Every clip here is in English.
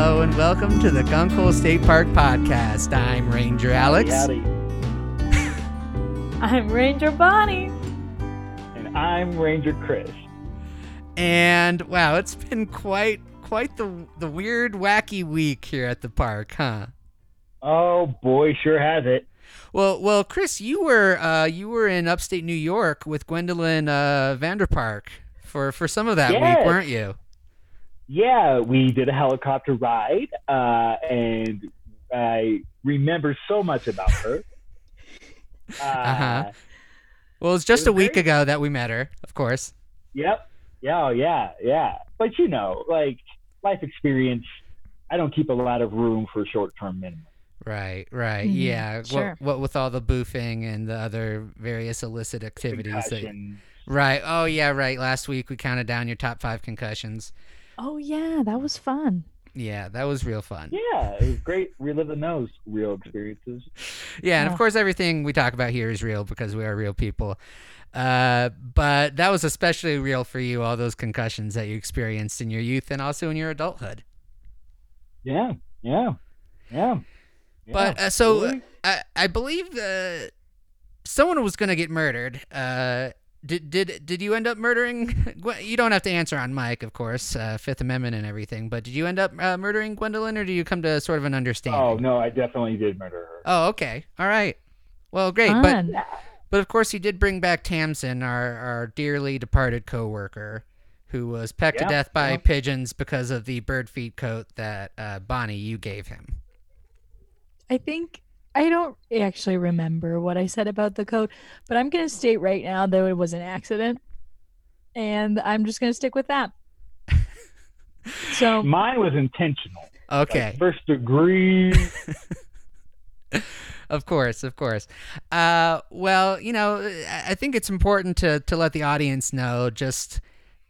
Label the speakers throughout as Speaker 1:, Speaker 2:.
Speaker 1: welcome to the Gunkel State Park Podcast. I'm Ranger Alex.
Speaker 2: Howdy.
Speaker 3: I'm Ranger Bonnie.
Speaker 2: And I'm Ranger Chris.
Speaker 1: And wow, it's been quite quite the the weird wacky week here at the park, huh?
Speaker 2: Oh boy, sure has it.
Speaker 1: Well, well, Chris, you were uh, you were in upstate New York with Gwendolyn uh, Vanderpark for for some of that week,
Speaker 2: Yes.
Speaker 1: weren't you?
Speaker 2: Yeah, we did a helicopter ride, uh, and I remember so much about her. Uh,
Speaker 1: Uh-huh. Well, it's just
Speaker 2: was
Speaker 1: a week
Speaker 2: great.
Speaker 1: ago that we met her, of course.
Speaker 2: Yep. Yeah, oh, yeah, yeah. But you know, like life experience, I don't keep a lot of room for short term minimum.
Speaker 1: Right, right,
Speaker 3: Mhm,
Speaker 1: yeah.
Speaker 3: sure.
Speaker 1: What, what with all the boofing and the other various illicit activities. That,
Speaker 2: Concussion.
Speaker 1: right. Oh yeah, right. Last week we counted down your top five concussions.
Speaker 3: Oh yeah, that was fun.
Speaker 1: Yeah, that was real fun.
Speaker 2: Yeah, it was great reliving those real experiences.
Speaker 1: Yeah, and of
Speaker 3: Yeah.
Speaker 1: course, everything we talk about here is real because we are real people. Uh, but that was especially real for you, all those concussions that you experienced in your youth and also in your adulthood.
Speaker 2: Yeah, yeah, yeah.
Speaker 1: But
Speaker 2: yeah,
Speaker 1: uh, so
Speaker 2: really.
Speaker 1: I, I believe uh, someone was going to get murdered. Uh, did did did you end up murdering? Gwen- You don't have to answer on Mike, of course, uh, Fifth Amendment and everything. But did you end up uh, murdering Gwendolyn, or do you come to sort of an understanding?
Speaker 2: Oh no, I definitely did murder her.
Speaker 1: Oh, okay. All right. Well, great. But
Speaker 3: fun.
Speaker 1: But of course, you did bring back Tamsin, our, our dearly departed coworker, who was pecked to
Speaker 2: Yeah,
Speaker 1: death by
Speaker 2: yeah.
Speaker 1: pigeons because of the bird feed coat that uh, Bonnie you gave him.
Speaker 3: I think I don't actually remember what I said about the code, but I'm gonna state right now that it was an accident, and I'm just gonna stick with that. So
Speaker 2: Mine was intentional. Like,
Speaker 1: Okay,
Speaker 2: first degree.
Speaker 1: of course, of course. Uh, well, you know, I- I think it's important to to let the audience know just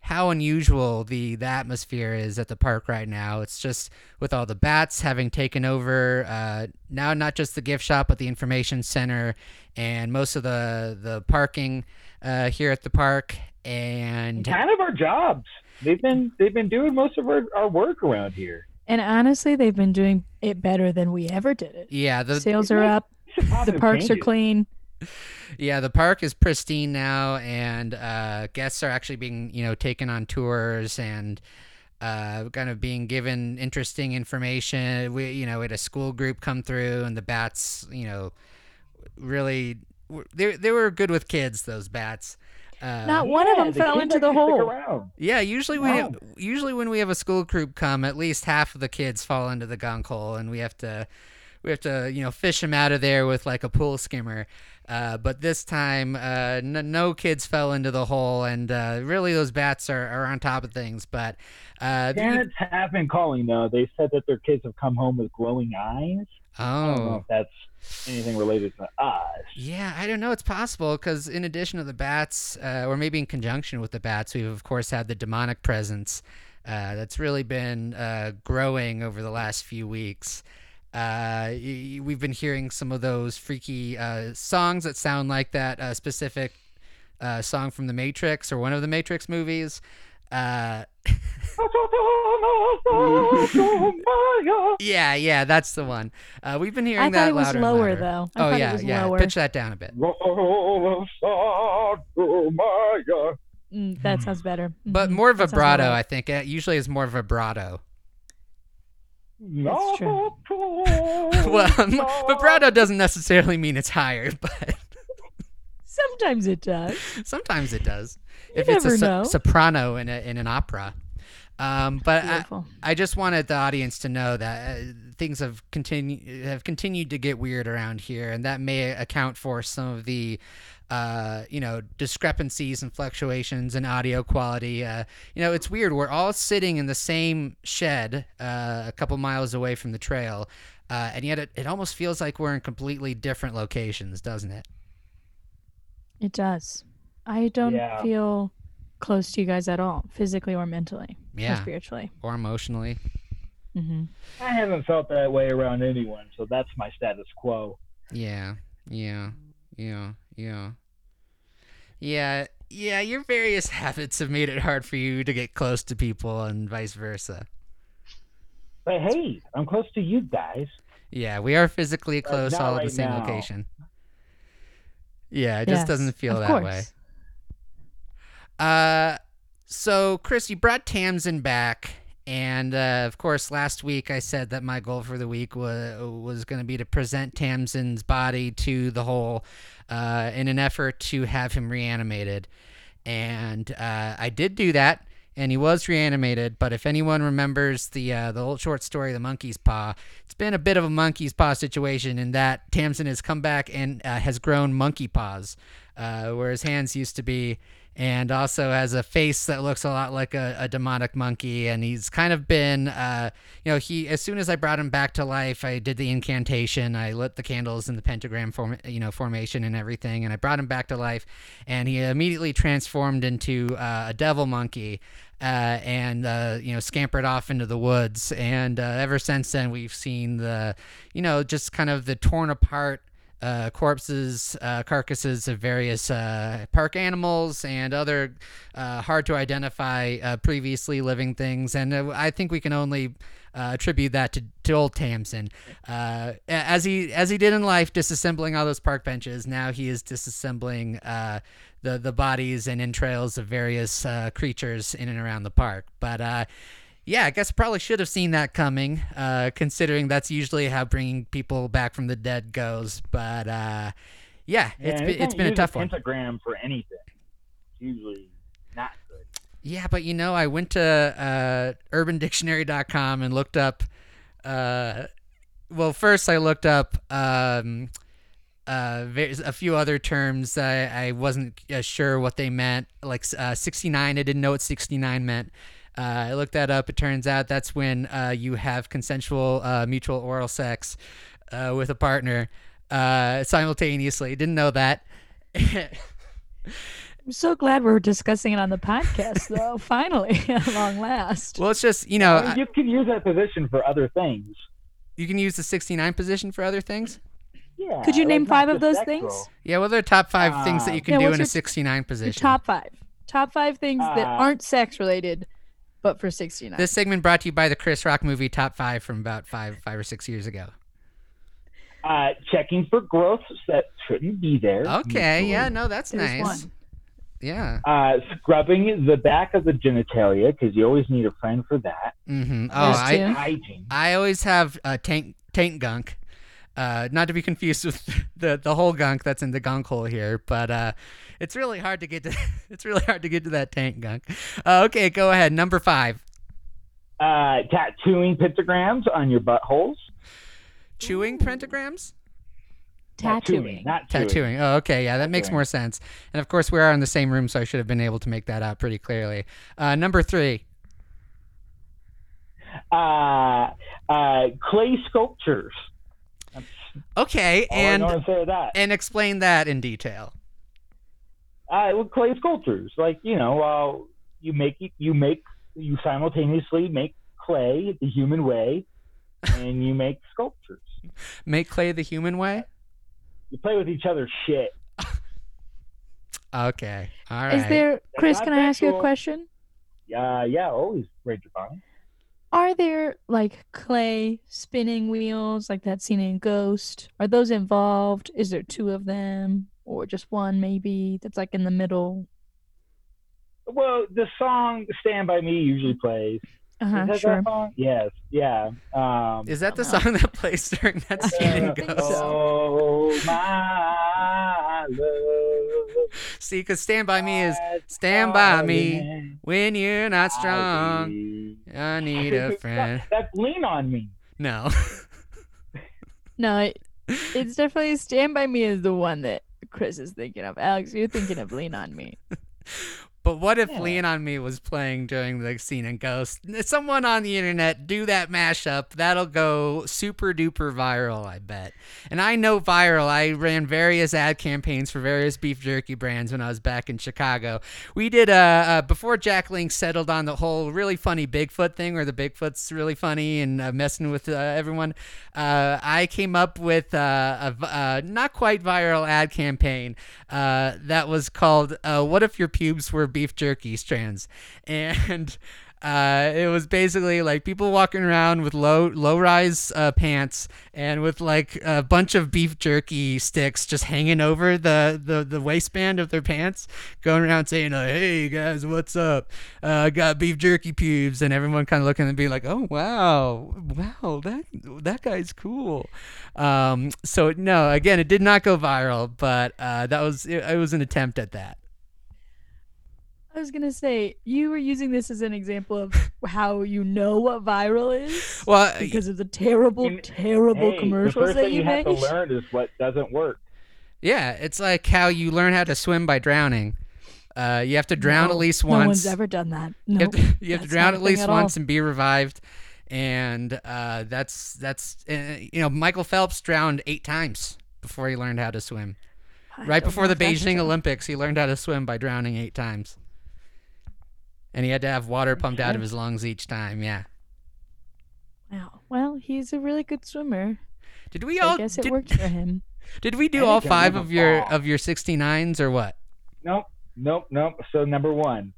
Speaker 1: how unusual the the atmosphere is at the park right now. It's just with all the bats having taken over uh, now, not just the gift shop, but the information center and most of the the parking uh, here at the park. And
Speaker 2: kind of our jobs. They've been they've been doing most of our, our work around here.
Speaker 3: and honestly, they've been doing it better than we ever did it.
Speaker 1: yeah, the
Speaker 3: Sales are up. The parks are
Speaker 2: clean.
Speaker 3: clean.
Speaker 1: Yeah, the park is pristine now, and uh, guests are actually being, you know, taken on tours and uh, kind of being given interesting information. We, you know, we had a school group come through, and the bats, you know, really were- they they were good with kids. Those bats. Uh,
Speaker 3: Not one of them fell into the hole.
Speaker 1: yeah, usually we
Speaker 2: Wow.
Speaker 1: usually when we have a school group come, at least half of the kids fall into the gunk hole, and we have to we have to you know fish them out of there with like a pool skimmer. Uh, but this time, uh, n- no kids fell into the hole, and uh, really those bats are, are on top of things. But uh,
Speaker 2: Parents have been calling though. They said that their kids have come home with glowing eyes. I don't know
Speaker 1: oh
Speaker 2: if that's anything related to eyes.
Speaker 1: yeah, I don't know. It's possible because in addition to the bats, uh, or maybe in conjunction with the bats, we've of course had the demonic presence uh, that's really been uh, growing over the last few weeks. Uh, y- y- we've been hearing some of those freaky uh, songs that sound like that uh, specific uh, song from The Matrix or one of the Matrix movies. Uh, yeah, yeah, that's the one. Uh, we've been hearing
Speaker 3: I
Speaker 1: that
Speaker 3: thought it was
Speaker 1: louder and
Speaker 3: lower
Speaker 1: louder.
Speaker 3: though. I
Speaker 1: Oh
Speaker 3: thought
Speaker 1: yeah,
Speaker 3: it was
Speaker 1: yeah.
Speaker 3: lower.
Speaker 1: Pitch that down a bit.
Speaker 2: Roll of Sodomaya.
Speaker 3: Mm, that sounds better.
Speaker 1: But
Speaker 3: Mhm.
Speaker 1: more
Speaker 3: That sounds
Speaker 1: vibrato,
Speaker 3: better.
Speaker 1: I think. It usually is more vibrato.
Speaker 3: That's true.
Speaker 1: Well, vibrato doesn't necessarily mean it's higher, but
Speaker 3: Sometimes it does.
Speaker 1: sometimes it does. if
Speaker 3: never
Speaker 1: it's a
Speaker 3: know.
Speaker 1: soprano in, a, in an opera. Um, but I,
Speaker 3: Beautiful.
Speaker 1: I just wanted the audience to know that uh, things have continued have continued to get weird around here, and that may account for some of the uh, you know discrepancies and fluctuations in audio quality. Uh, you know, it's weird. We're all sitting in the same shed, uh, a couple miles away from the trail, uh, and yet it, it almost feels like we're in completely different locations, doesn't it?
Speaker 3: It does. I don't
Speaker 2: Yeah.
Speaker 3: feel close to you guys at all, physically or mentally or
Speaker 1: Yeah,
Speaker 3: spiritually.
Speaker 1: or emotionally.
Speaker 3: hmm
Speaker 2: I haven't felt that way around anyone, so that's my status quo.
Speaker 1: Yeah, yeah, yeah, yeah. Yeah, yeah, your various habits have made it hard for you to get close to people and vice versa.
Speaker 2: But hey, I'm close to you guys.
Speaker 1: Yeah, we are physically close,
Speaker 2: not
Speaker 1: all at
Speaker 2: right
Speaker 1: the same
Speaker 2: now.
Speaker 1: location. Yeah, it just
Speaker 3: Yes,
Speaker 1: doesn't feel
Speaker 3: of
Speaker 1: that
Speaker 3: course.
Speaker 1: way. Uh, so Chris, you brought Tamsin back, and uh, of course, last week I said that my goal for the week was was going to be to present Tamsin's body to the whole, uh, in an effort to have him reanimated, and uh, I did do that. And he was reanimated, but if anyone remembers the uh, the old short story, "The Monkey's Paw," it's been a bit of a monkey's paw situation in that Tamsin has come back and uh, has grown monkey paws, uh, where his hands used to be, and also has a face that looks a lot like a, a demonic monkey. And he's kind of been, uh, you know, he as soon as I brought him back to life, I did the incantation, I lit the candles in the pentagram form, you know, formation and everything, and I brought him back to life, and he immediately transformed into uh, a devil monkey uh, and uh, you know scampered off into the woods. And uh, ever since then, we've seen the you know just kind of the torn apart. Uh, corpses, uh, carcasses of various uh, park animals and other uh, hard to identify uh, previously living things. And uh, I think we can only uh, attribute that to, to old Tamsin. Uh, a- as he as he did in life, disassembling all those park benches, now he is disassembling uh, the the bodies and entrails of various uh, creatures in and around the park. But uh, yeah, I guess I probably should have seen that coming, uh, considering that's usually how bringing people back from the dead goes. But uh, yeah,
Speaker 2: Yeah,
Speaker 1: it's
Speaker 2: you
Speaker 1: been,
Speaker 2: can't
Speaker 1: it's been a
Speaker 2: use
Speaker 1: tough one.
Speaker 2: Pentagram for anything. It's usually not good.
Speaker 1: Yeah, but you know, I went to uh, UrbanDictionary.com and looked up. Uh, well, first I looked up um, uh, va- a few other terms that I, I wasn't uh, sure what they meant. Like uh, 69, I didn't know what 69 meant. Uh, I looked that up. It turns out that's when uh, you have consensual uh, mutual oral sex uh, with a partner uh, simultaneously. Didn't know that.
Speaker 3: I'm so glad we're discussing it on the podcast, though. Finally, at long last.
Speaker 1: well, it's just, you know,
Speaker 2: I mean,
Speaker 1: Uh, I-
Speaker 2: you can use that position for other things.
Speaker 1: you can use the 69 position for other things.
Speaker 2: Yeah.
Speaker 3: Could you
Speaker 2: like
Speaker 3: name
Speaker 2: not
Speaker 3: five
Speaker 2: just
Speaker 3: of those
Speaker 2: sexual.
Speaker 3: things?
Speaker 1: Yeah, what are the top five things that you
Speaker 2: Uh,
Speaker 1: can
Speaker 3: Yeah,
Speaker 1: do
Speaker 3: what's
Speaker 1: in a
Speaker 3: your-
Speaker 1: 69
Speaker 3: Your
Speaker 1: position?
Speaker 3: top five. Top five things that
Speaker 2: Uh,
Speaker 3: aren't sex related, but for 69.
Speaker 1: This segment brought to you by the Chris Rock movie Top Five from about five, five or six years ago.
Speaker 2: Uh, checking for growth that shouldn't be there.
Speaker 1: Okay,
Speaker 2: usually.
Speaker 1: yeah, no, that's
Speaker 3: There's
Speaker 1: nice.
Speaker 3: one.
Speaker 1: Yeah.
Speaker 2: Uh, scrubbing the back of the genitalia because you always need a friend for that.
Speaker 1: Mm-hmm. Oh,
Speaker 3: There's
Speaker 1: I,
Speaker 3: two. Yeah.
Speaker 2: Hygiene.
Speaker 1: I always have uh, tank tank gunk. Uh, not to be confused with the the whole gunk that's in the gunk hole here, but uh, it's really hard to get to. it's really hard to get to that tank gunk. Uh, okay, go ahead. Number five,
Speaker 2: Uh, tattooing pentagrams on your buttholes.
Speaker 1: chewing pentagrams.
Speaker 3: Tattooing.
Speaker 2: not chewing.
Speaker 1: Tattooing. Oh, okay. Yeah, that makes
Speaker 2: Tattooing.
Speaker 1: more sense. And of course, we are in the same room, so I should have been able to make that out pretty clearly. Uh, number three.
Speaker 2: Uh, uh, clay sculptures.
Speaker 1: Okay,
Speaker 2: All
Speaker 1: and
Speaker 2: I know to say to that.
Speaker 1: and explain that in detail.
Speaker 2: uh, with clay sculptures. Like you know, uh, you make you make you simultaneously make clay the human way, and you make sculptures.
Speaker 1: Make clay the human way.
Speaker 2: You play with each other's shit.
Speaker 1: Okay. All right.
Speaker 3: Is there, Chris,
Speaker 2: not
Speaker 3: can I ask you a
Speaker 2: sexual.
Speaker 3: question?
Speaker 2: Uh, yeah, always Ray Giovanni.
Speaker 3: Are there like clay spinning wheels, like that scene in Ghost? Are those involved? Is there two of them, or just one maybe that's like in the middle?
Speaker 2: Well, the song "Stand by Me" usually plays.
Speaker 3: Uh
Speaker 2: Is
Speaker 3: huh.
Speaker 2: that
Speaker 3: Sure.
Speaker 2: that song? Yes. Yeah. Um,
Speaker 1: Is that the
Speaker 3: Uh-huh.
Speaker 1: song that plays during that
Speaker 3: I
Speaker 1: scene?
Speaker 3: don't
Speaker 1: in
Speaker 3: think
Speaker 1: Ghost?
Speaker 3: so.
Speaker 2: Oh my love.
Speaker 1: See, because "Stand by Me" is "Stand by me when you're not strong." I need a friend.
Speaker 2: That's lean on me.
Speaker 1: No.
Speaker 3: No, it, it's definitely Stand By Me is the one that Chris is thinking of. Alex, you're thinking of Lean On Me.
Speaker 1: But what if
Speaker 2: Yeah.
Speaker 1: Lean on Me was playing during the scene in Ghost? Someone on the internet do that mashup. That'll go super duper viral, I bet. And I know viral. I ran various ad campaigns for various beef jerky brands when I was back in Chicago. We did uh, uh before Jack Link settled on the whole really funny Bigfoot thing, where the Bigfoot's really funny and uh, messing with uh, everyone. Uh, I came up with uh, a v- uh, not quite viral ad campaign uh, that was called uh, "What if your pubes were beef jerky strands?" and Uh, it was basically like people walking around with low low rise uh, pants and with like a bunch of beef jerky sticks just hanging over the, the, the waistband of their pants, going around saying like, "Hey guys, what's up? Uh, I got beef jerky pubes," and everyone kind of looking and being like, "Oh wow, wow, that that guy's cool." Um, so no, again, it did not go viral, but uh, that was it, it was an attempt at that.
Speaker 3: I was gonna say you were using this as an example of how you know what viral is
Speaker 1: Well,
Speaker 3: because of the terrible,
Speaker 2: You-
Speaker 3: terrible
Speaker 2: Hey, the
Speaker 3: commercials
Speaker 2: first
Speaker 3: that
Speaker 2: thing
Speaker 3: you,
Speaker 2: you
Speaker 3: make.
Speaker 2: have to learn is what doesn't work.
Speaker 1: Yeah, it's like how you learn how to swim by drowning. Uh, you have to drown
Speaker 3: No,
Speaker 1: at least
Speaker 3: No
Speaker 1: once.
Speaker 3: one's ever done that. No,
Speaker 1: you have to, you have to
Speaker 3: that's
Speaker 1: drown
Speaker 3: not a
Speaker 1: at
Speaker 3: thing
Speaker 1: least
Speaker 3: all.
Speaker 1: once and be revived. And uh, that's that's uh, you know Michael Phelps drowned eight times before he learned how to swim.
Speaker 3: I
Speaker 1: right
Speaker 3: don't
Speaker 1: before
Speaker 3: know
Speaker 1: the
Speaker 3: if that's
Speaker 1: Beijing
Speaker 3: true.
Speaker 1: Olympics, he learned how to swim by drowning eight times. And he had to have water pumped out of
Speaker 2: Okay.
Speaker 1: his lungs each time. Yeah.
Speaker 3: Wow. Well, he's a really good swimmer.
Speaker 1: Did we
Speaker 3: So
Speaker 1: all
Speaker 3: I guess it
Speaker 1: did,
Speaker 3: worked for him.
Speaker 1: did we
Speaker 2: I
Speaker 1: do
Speaker 2: think
Speaker 1: all
Speaker 2: I
Speaker 1: five
Speaker 2: would've
Speaker 1: of your
Speaker 2: thought.
Speaker 1: of your 69s or what?
Speaker 2: Nope, nope, nope. So number one,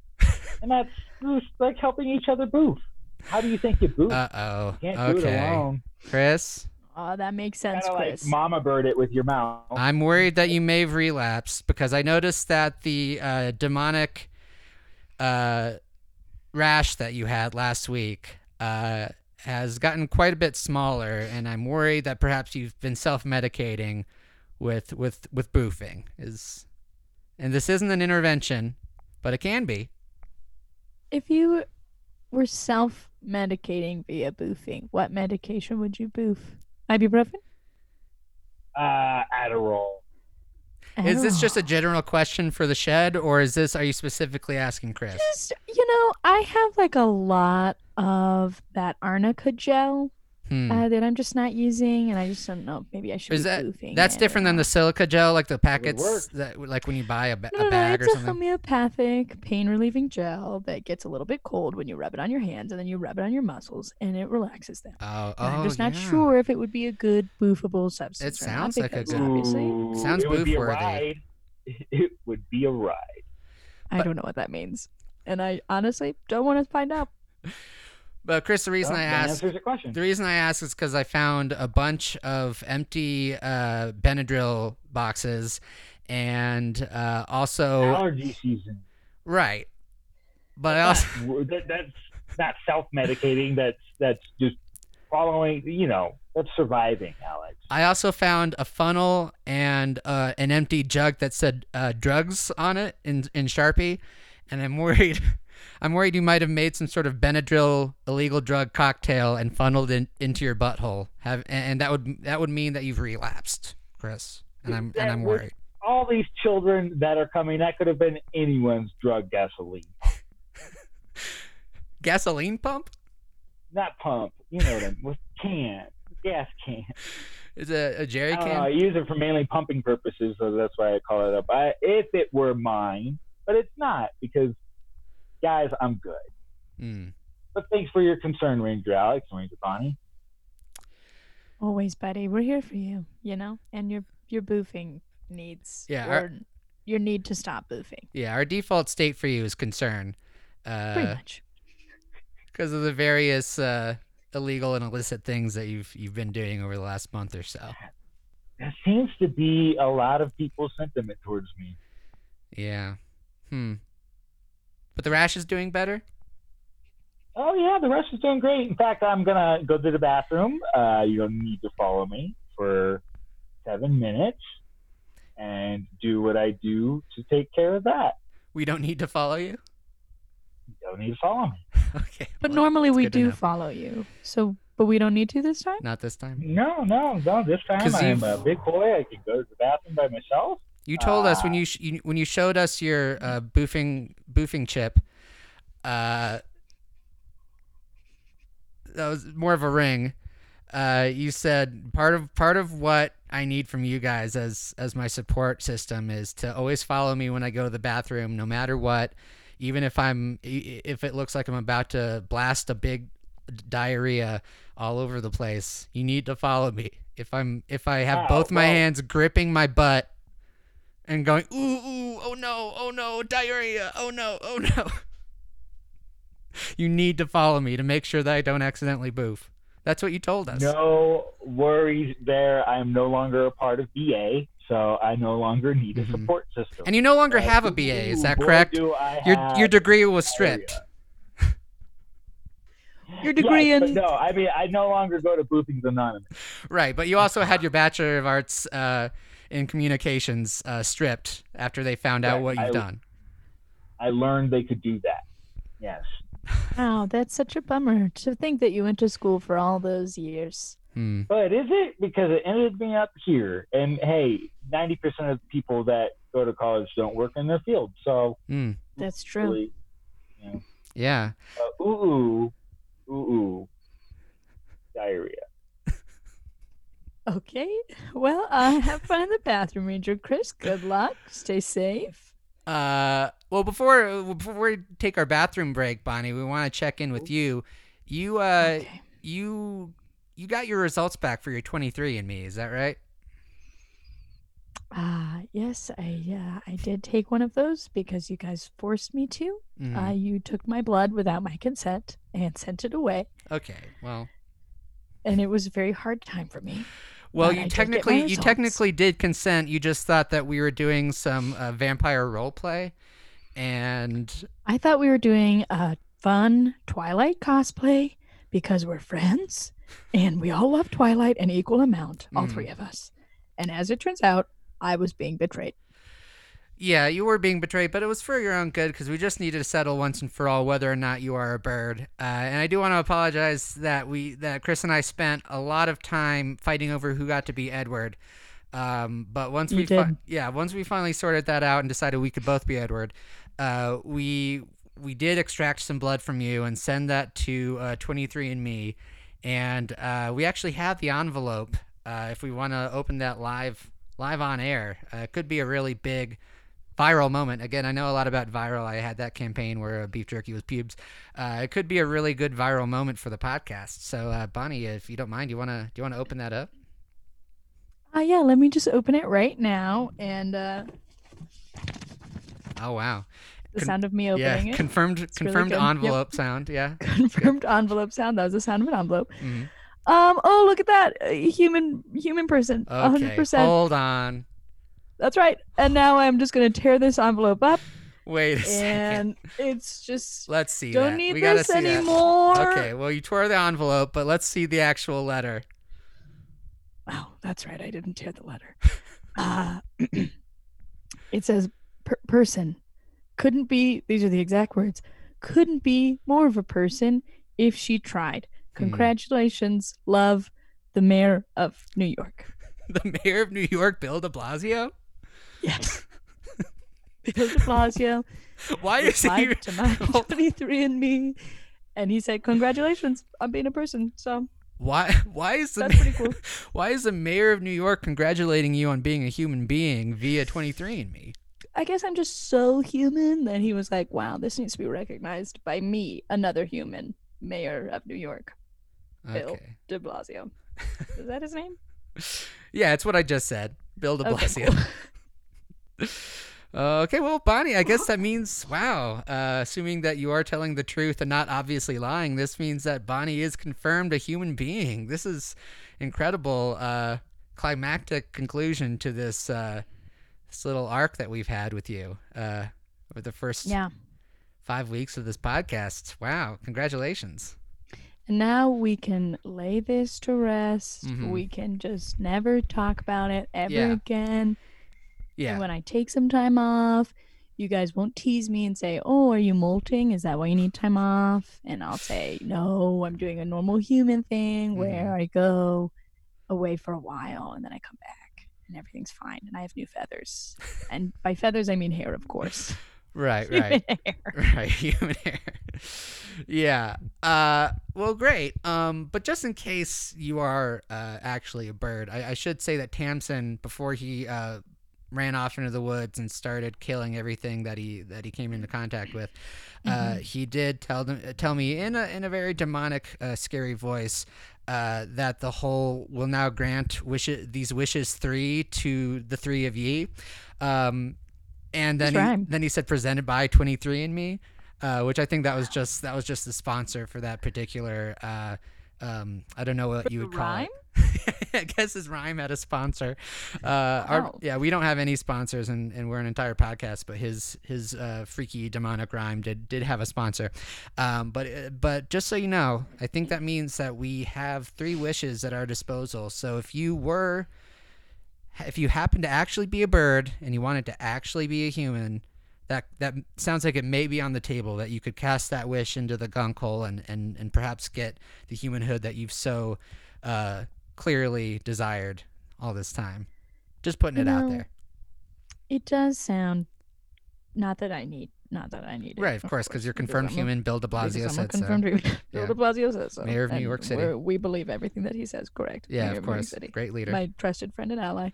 Speaker 2: and that's just like helping each other boof. How do you think you boof?
Speaker 1: Uh-oh.
Speaker 2: you can't do it
Speaker 1: Uh, Okay.
Speaker 2: alone.
Speaker 1: Chris?
Speaker 3: Oh, that makes sense,
Speaker 2: Kind of like
Speaker 3: Chris.
Speaker 2: mama bird it with your mouth.
Speaker 1: I'm worried that you may have relapsed because I noticed that the uh, demonic uh, rash that you had last week uh, has gotten quite a bit smaller, and I'm worried that perhaps you've been self-medicating with with with boofing. Is and this isn't an intervention, but it can be.
Speaker 3: if you were self-medicating via boofing, what medication would you boof? Ibuprofen?
Speaker 2: Uh, Adderall.
Speaker 1: Is this just a
Speaker 3: Adderall.
Speaker 1: general question for the shed, or is this are you specifically asking Chris?
Speaker 3: Just you know, I have like a lot of that arnica gel
Speaker 1: Hmm.
Speaker 3: uh, that I'm just not using, and I just don't know. Maybe I should
Speaker 1: Is
Speaker 3: be
Speaker 1: that-
Speaker 3: boofing.
Speaker 1: That's
Speaker 3: it
Speaker 1: different
Speaker 3: or
Speaker 1: than the
Speaker 3: not.
Speaker 1: silica gel, like the
Speaker 2: work.
Speaker 1: packets that, like when you buy a, ba-
Speaker 3: No, no,
Speaker 1: a
Speaker 3: no,
Speaker 1: bag or
Speaker 3: it's a
Speaker 1: something.
Speaker 3: homeopathic pain relieving gel that gets a little bit cold when you rub it on your hands and then you rub it on your muscles and it relaxes them.
Speaker 1: Oh, oh,
Speaker 3: And I'm just not
Speaker 1: yeah.
Speaker 3: sure if it would be a good boofable substance. or not,
Speaker 1: sounds like a
Speaker 3: because
Speaker 1: good-
Speaker 3: Obviously,
Speaker 2: Ooh,
Speaker 1: Sounds
Speaker 2: it would be a
Speaker 1: boof-worthy.
Speaker 2: ride. It would be a ride.
Speaker 3: I
Speaker 1: But-
Speaker 3: don't know what that means, and I honestly don't want to find out.
Speaker 1: But Chris, the reason
Speaker 2: Well,
Speaker 1: I
Speaker 2: that
Speaker 1: asked,
Speaker 2: answers your question.
Speaker 1: the reason I asked is because I found a bunch of empty uh, Benadryl boxes, and uh, also
Speaker 2: Allergy season.
Speaker 1: right. But I also
Speaker 2: That- that's not self-medicating. That's that's just following. You know, that's surviving, Alex.
Speaker 1: I also found a funnel and uh, an empty jug that said uh, drugs on it in in Sharpie, and I'm worried. I'm worried you might have made some sort of Benadryl illegal drug cocktail and funneled it into your butthole. Have and- and that would that would mean that you've relapsed, Chris. And I'm and
Speaker 2: That
Speaker 1: I'm
Speaker 2: would-
Speaker 1: worried.
Speaker 2: All these children that are coming, that could have been anyone's drug gasoline,
Speaker 1: Gasoline pump
Speaker 2: not pump. You know what I mean? With can, gas can.
Speaker 1: is a, a jerry
Speaker 2: I don't
Speaker 1: can.
Speaker 2: know. I use it for mainly pumping purposes, so that's why I call it up. I, if it were mine, but it's not because, guys, I'm good.
Speaker 1: Hmm.
Speaker 2: But thanks for your concern, Ranger Alex and Ranger Bonnie.
Speaker 3: Always, buddy. We're here for you, you know? And your your boofing needs.
Speaker 1: Yeah,
Speaker 3: Or
Speaker 1: our-
Speaker 3: your need to stop boofing.
Speaker 1: Yeah, our default state for you is concern,
Speaker 3: Pretty
Speaker 2: Hmm.
Speaker 1: because
Speaker 3: much.
Speaker 1: of the various uh, illegal and illicit things that you've you've been doing over the last month or so.
Speaker 2: That seems to be a lot of people's sentiment towards me.
Speaker 1: Yeah. Hmm. But the rash is doing better.
Speaker 2: Oh yeah, the rest is doing great. In fact, I'm gonna go to the bathroom. Uh, you'll need to follow me for seven minutes and do what I do to take care of that.
Speaker 1: We don't need to follow you.
Speaker 2: You don't need to follow me.
Speaker 1: Okay.
Speaker 3: But
Speaker 1: well,
Speaker 3: normally
Speaker 1: that's
Speaker 3: we
Speaker 1: good to
Speaker 3: do
Speaker 1: know.
Speaker 3: follow you. So but we don't need to this time?
Speaker 1: Not this time.
Speaker 2: No, no, no. This time
Speaker 1: 'Cause
Speaker 2: I'm
Speaker 1: you've-
Speaker 2: a big boy. I can go to the bathroom by myself.
Speaker 1: You told us when
Speaker 2: Ah.
Speaker 1: you, sh- you when you showed us your uh, boofing boofing chip. Uh, that was more of a ring. Uh, you said part of part of what I need from you guys as as my support system is to always follow me when I go to the bathroom, no matter what, even if I'm i- if it looks like I'm about to blast a big diarrhea all over the place. You need to follow me. If I'm if I have
Speaker 2: Ah,
Speaker 1: both my
Speaker 2: well-
Speaker 1: hands gripping my butt and going ooh ooh oh no oh no diarrhea oh no oh no. You need to follow me to make sure that I don't accidentally boof. That's what you told us.
Speaker 2: No worries there. I am no longer a part of BA, so I no longer need a
Speaker 1: Mhm.
Speaker 2: support system.
Speaker 1: And you no longer
Speaker 2: Uh,
Speaker 1: have a BA, is
Speaker 2: ooh,
Speaker 1: that
Speaker 2: boy,
Speaker 1: correct?
Speaker 2: do I
Speaker 1: Your
Speaker 2: have
Speaker 1: your degree was stripped.
Speaker 3: Your degree
Speaker 2: yes, but
Speaker 3: in
Speaker 2: no, I mean I no longer go to Boothings Anonymous.
Speaker 1: Right, but you also had your Bachelor of Arts uh, in Communications uh, stripped after they found out
Speaker 2: Right,
Speaker 1: what you've
Speaker 2: I-
Speaker 1: done.
Speaker 2: I learned they could do that. Yes.
Speaker 3: Wow, that's such a bummer to think that you went to school for all those years.
Speaker 1: Hmm.
Speaker 2: But is it because it ended me up here? And hey, ninety percent of people that go to college don't work in their field. So
Speaker 1: Hmm.
Speaker 3: That's true.
Speaker 2: really,
Speaker 1: Yeah.
Speaker 2: uh, ooh, ooh, ooh, ooh, diarrhea.
Speaker 3: Okay. Well, uh, have fun in the bathroom, Ranger Chris. Good luck. Stay safe.
Speaker 1: Uh, well, before before we take our bathroom break, Bonnie, we want to check in with you. You uh,
Speaker 3: okay.
Speaker 1: you you got your results back for your 23andMe, is that right?
Speaker 3: Uh, yes, I uh, I did take one of those because you guys forced me to.
Speaker 1: Mhm.
Speaker 3: Uh, you took my blood without my consent and sent it away,
Speaker 1: okay. Well,
Speaker 3: and it was a very hard time for me.
Speaker 1: well,
Speaker 3: but I
Speaker 1: you
Speaker 3: did get my
Speaker 1: technically you
Speaker 3: results.
Speaker 1: technically did consent. You just thought that we were doing some uh, vampire role play, and
Speaker 3: I thought we were doing a fun Twilight cosplay because we're friends and we all love Twilight an equal amount, all
Speaker 1: Mm.
Speaker 3: three of us. And as it turns out, I was being betrayed.
Speaker 1: Yeah, you were being betrayed, but it was for your own good because we just needed to settle once and for all whether or not you are a bird. Uh, and I do want to apologize that we that Chris and I spent a lot of time fighting over who got to be Edward. Um, but once
Speaker 3: You
Speaker 1: we fi-
Speaker 3: did.
Speaker 1: yeah, once we finally sorted that out and decided we could both be Edward, uh, we we did extract some blood from you and send that to uh, 23andMe, and uh, we actually have the envelope uh, if we want to open that live live on air. Uh, it could be a really big viral moment. Again, I know a lot about viral. I had that campaign where uh, beef jerky was pubes. Uh, it could be a really good viral moment for the podcast. So, uh, Bonnie, if you don't mind, you wanna do you wanna open that up?
Speaker 3: Uh, yeah, let me just open it right now. And uh,
Speaker 1: Oh wow!
Speaker 3: the
Speaker 1: Con-
Speaker 3: sound of me
Speaker 1: yeah,
Speaker 3: opening it,
Speaker 1: confirmed
Speaker 3: really
Speaker 1: confirmed
Speaker 3: good. Yep.
Speaker 1: envelope sound. Yeah.
Speaker 3: confirmed envelope sound. That was the sound of an envelope.
Speaker 1: Mhm.
Speaker 3: Um. Oh, look at that a human human person. a
Speaker 1: Okay. Oh.
Speaker 3: hundred percent.
Speaker 1: Hold on.
Speaker 3: That's right. And now I'm just gonna tear this envelope up,
Speaker 1: Wait a second.
Speaker 3: and it's just
Speaker 1: Let's see.
Speaker 3: don't
Speaker 1: that.
Speaker 3: need
Speaker 1: we gotta
Speaker 3: this
Speaker 1: see that.
Speaker 3: anymore.
Speaker 1: Okay. Well, you tore the envelope, but let's see the actual letter.
Speaker 3: Oh, that's right. I didn't tear the letter. Uh, it says per- person. Couldn't be, these are the exact words, couldn't be more of a person if she tried.
Speaker 1: Hmm.
Speaker 3: Congratulations, love, the mayor of New York.
Speaker 1: The mayor of New York, Bill De Blasio.
Speaker 3: Yes. Bill de Blasio
Speaker 1: Why is he?
Speaker 3: replied to my
Speaker 1: Hold-
Speaker 3: 23 and me. And he said, Congratulations on being a person. So
Speaker 1: Why? Why is the
Speaker 3: that's pretty cool.
Speaker 1: Why is the mayor of New York congratulating you on being a human being via 23andMe?
Speaker 3: I guess I'm just so human that he was like, wow, this needs to be recognized by me, another human, mayor of New York, Bill.
Speaker 1: Okay.
Speaker 3: de Blasio. Is that his name?
Speaker 1: Yeah, it's what I just said. Bill de
Speaker 3: Okay,
Speaker 1: Blasio. Okay,
Speaker 3: cool.
Speaker 1: well, Bonnie, I guess that means, wow, uh, assuming that you are telling the truth and not obviously lying, this means that Bonnie is confirmed a human being. This is incredible uh, climactic conclusion to this, uh, this little arc that we've had with you uh, over the first
Speaker 3: Yeah.
Speaker 1: five weeks of this podcast. Wow, congratulations.
Speaker 3: And now we can lay this to rest.
Speaker 1: Mhm.
Speaker 3: We can just never talk about it ever
Speaker 1: Yeah.
Speaker 3: again.
Speaker 1: Yeah.
Speaker 3: And when I take some time off, you guys won't tease me and say, Oh, are you molting? Is that why you need time off? And I'll say, No, I'm doing a normal human
Speaker 1: Mm-hmm.
Speaker 3: thing where I go away for a while and then I come back and everything's fine and I have new feathers. and by feathers, I mean hair, of course.
Speaker 1: Right, right.
Speaker 3: Human hair.
Speaker 1: right human hair yeah uh well great um but just in case you are uh actually a bird i, I should say that tamsin before he uh ran off into the woods and started killing everything that he that he came into contact with uh
Speaker 3: Mhm.
Speaker 1: he did tell them tell me in a in a very demonic uh, scary voice uh, that the whole will now grant wishes these wishes three to the three of ye um, and then
Speaker 3: Nice
Speaker 1: he,
Speaker 3: rhyme.
Speaker 1: then he said presented by 23 and me uh, which I think that was just that was just the sponsor for that particular. Uh, um, I don't know what you would call
Speaker 3: Rhyme?
Speaker 1: it. I guess his rhyme had a sponsor. Uh, our,
Speaker 3: Wow.
Speaker 1: yeah, we don't have any sponsors, and, and we're an entire podcast. But his his uh, freaky demonic rhyme did did have a sponsor. Um, but uh, but just so you know, I think that means that we have three wishes at our disposal. So if you were, if you happen to actually be a bird and you wanted to actually be a human, that that sounds like it may be on the table that you could cast that wish into the gunk hole and and and perhaps get the humanhood that you've so uh, clearly desired all this time. Just putting
Speaker 3: You
Speaker 1: it out
Speaker 3: know,
Speaker 1: there,
Speaker 3: It does sound. Not that I need. Not that I need it.
Speaker 1: right? Of course, because you're confirmed
Speaker 3: I'm a-
Speaker 1: human. Bill De
Speaker 3: because
Speaker 1: Blasio
Speaker 3: I'm a
Speaker 1: said so.
Speaker 3: confirmed human. Bill
Speaker 1: Yeah.
Speaker 3: de Blasio says so.
Speaker 1: Mayor of New
Speaker 3: and
Speaker 1: York City.
Speaker 3: we're- We believe everything that he says. Correct.
Speaker 1: Yeah,
Speaker 3: Mayor
Speaker 1: of
Speaker 3: New York
Speaker 1: course,
Speaker 3: City.
Speaker 1: great leader.
Speaker 3: My trusted friend and ally.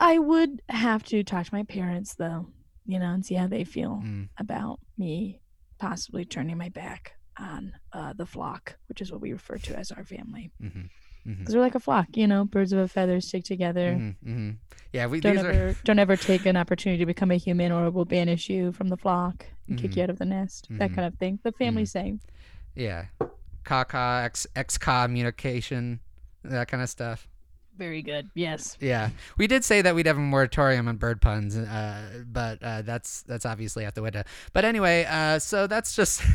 Speaker 3: I would have to talk to my parents though, you know, and see how they feel
Speaker 1: Mm.
Speaker 3: about me possibly turning my back on uh, the flock, which is what we refer to as our family.
Speaker 1: Mm-hmm. Mm-hmm.
Speaker 3: Because we're like a flock, you know, birds of a feather stick together.
Speaker 1: Mm-hmm. Yeah, we
Speaker 3: Don't
Speaker 1: these
Speaker 3: ever
Speaker 1: are.
Speaker 3: don't ever take an opportunity to become a human or we'll banish you from the flock and kick
Speaker 1: Mhm.
Speaker 3: you out of the nest. That
Speaker 1: Mhm.
Speaker 3: kind of thing. The family saying.
Speaker 1: Yeah, caca ex excommunication, that kind of stuff.
Speaker 3: Very good. Yes.
Speaker 1: Yeah, we did say that we'd have a moratorium on bird puns, uh, but uh, that's that's obviously out the window. But anyway, uh, so that's just.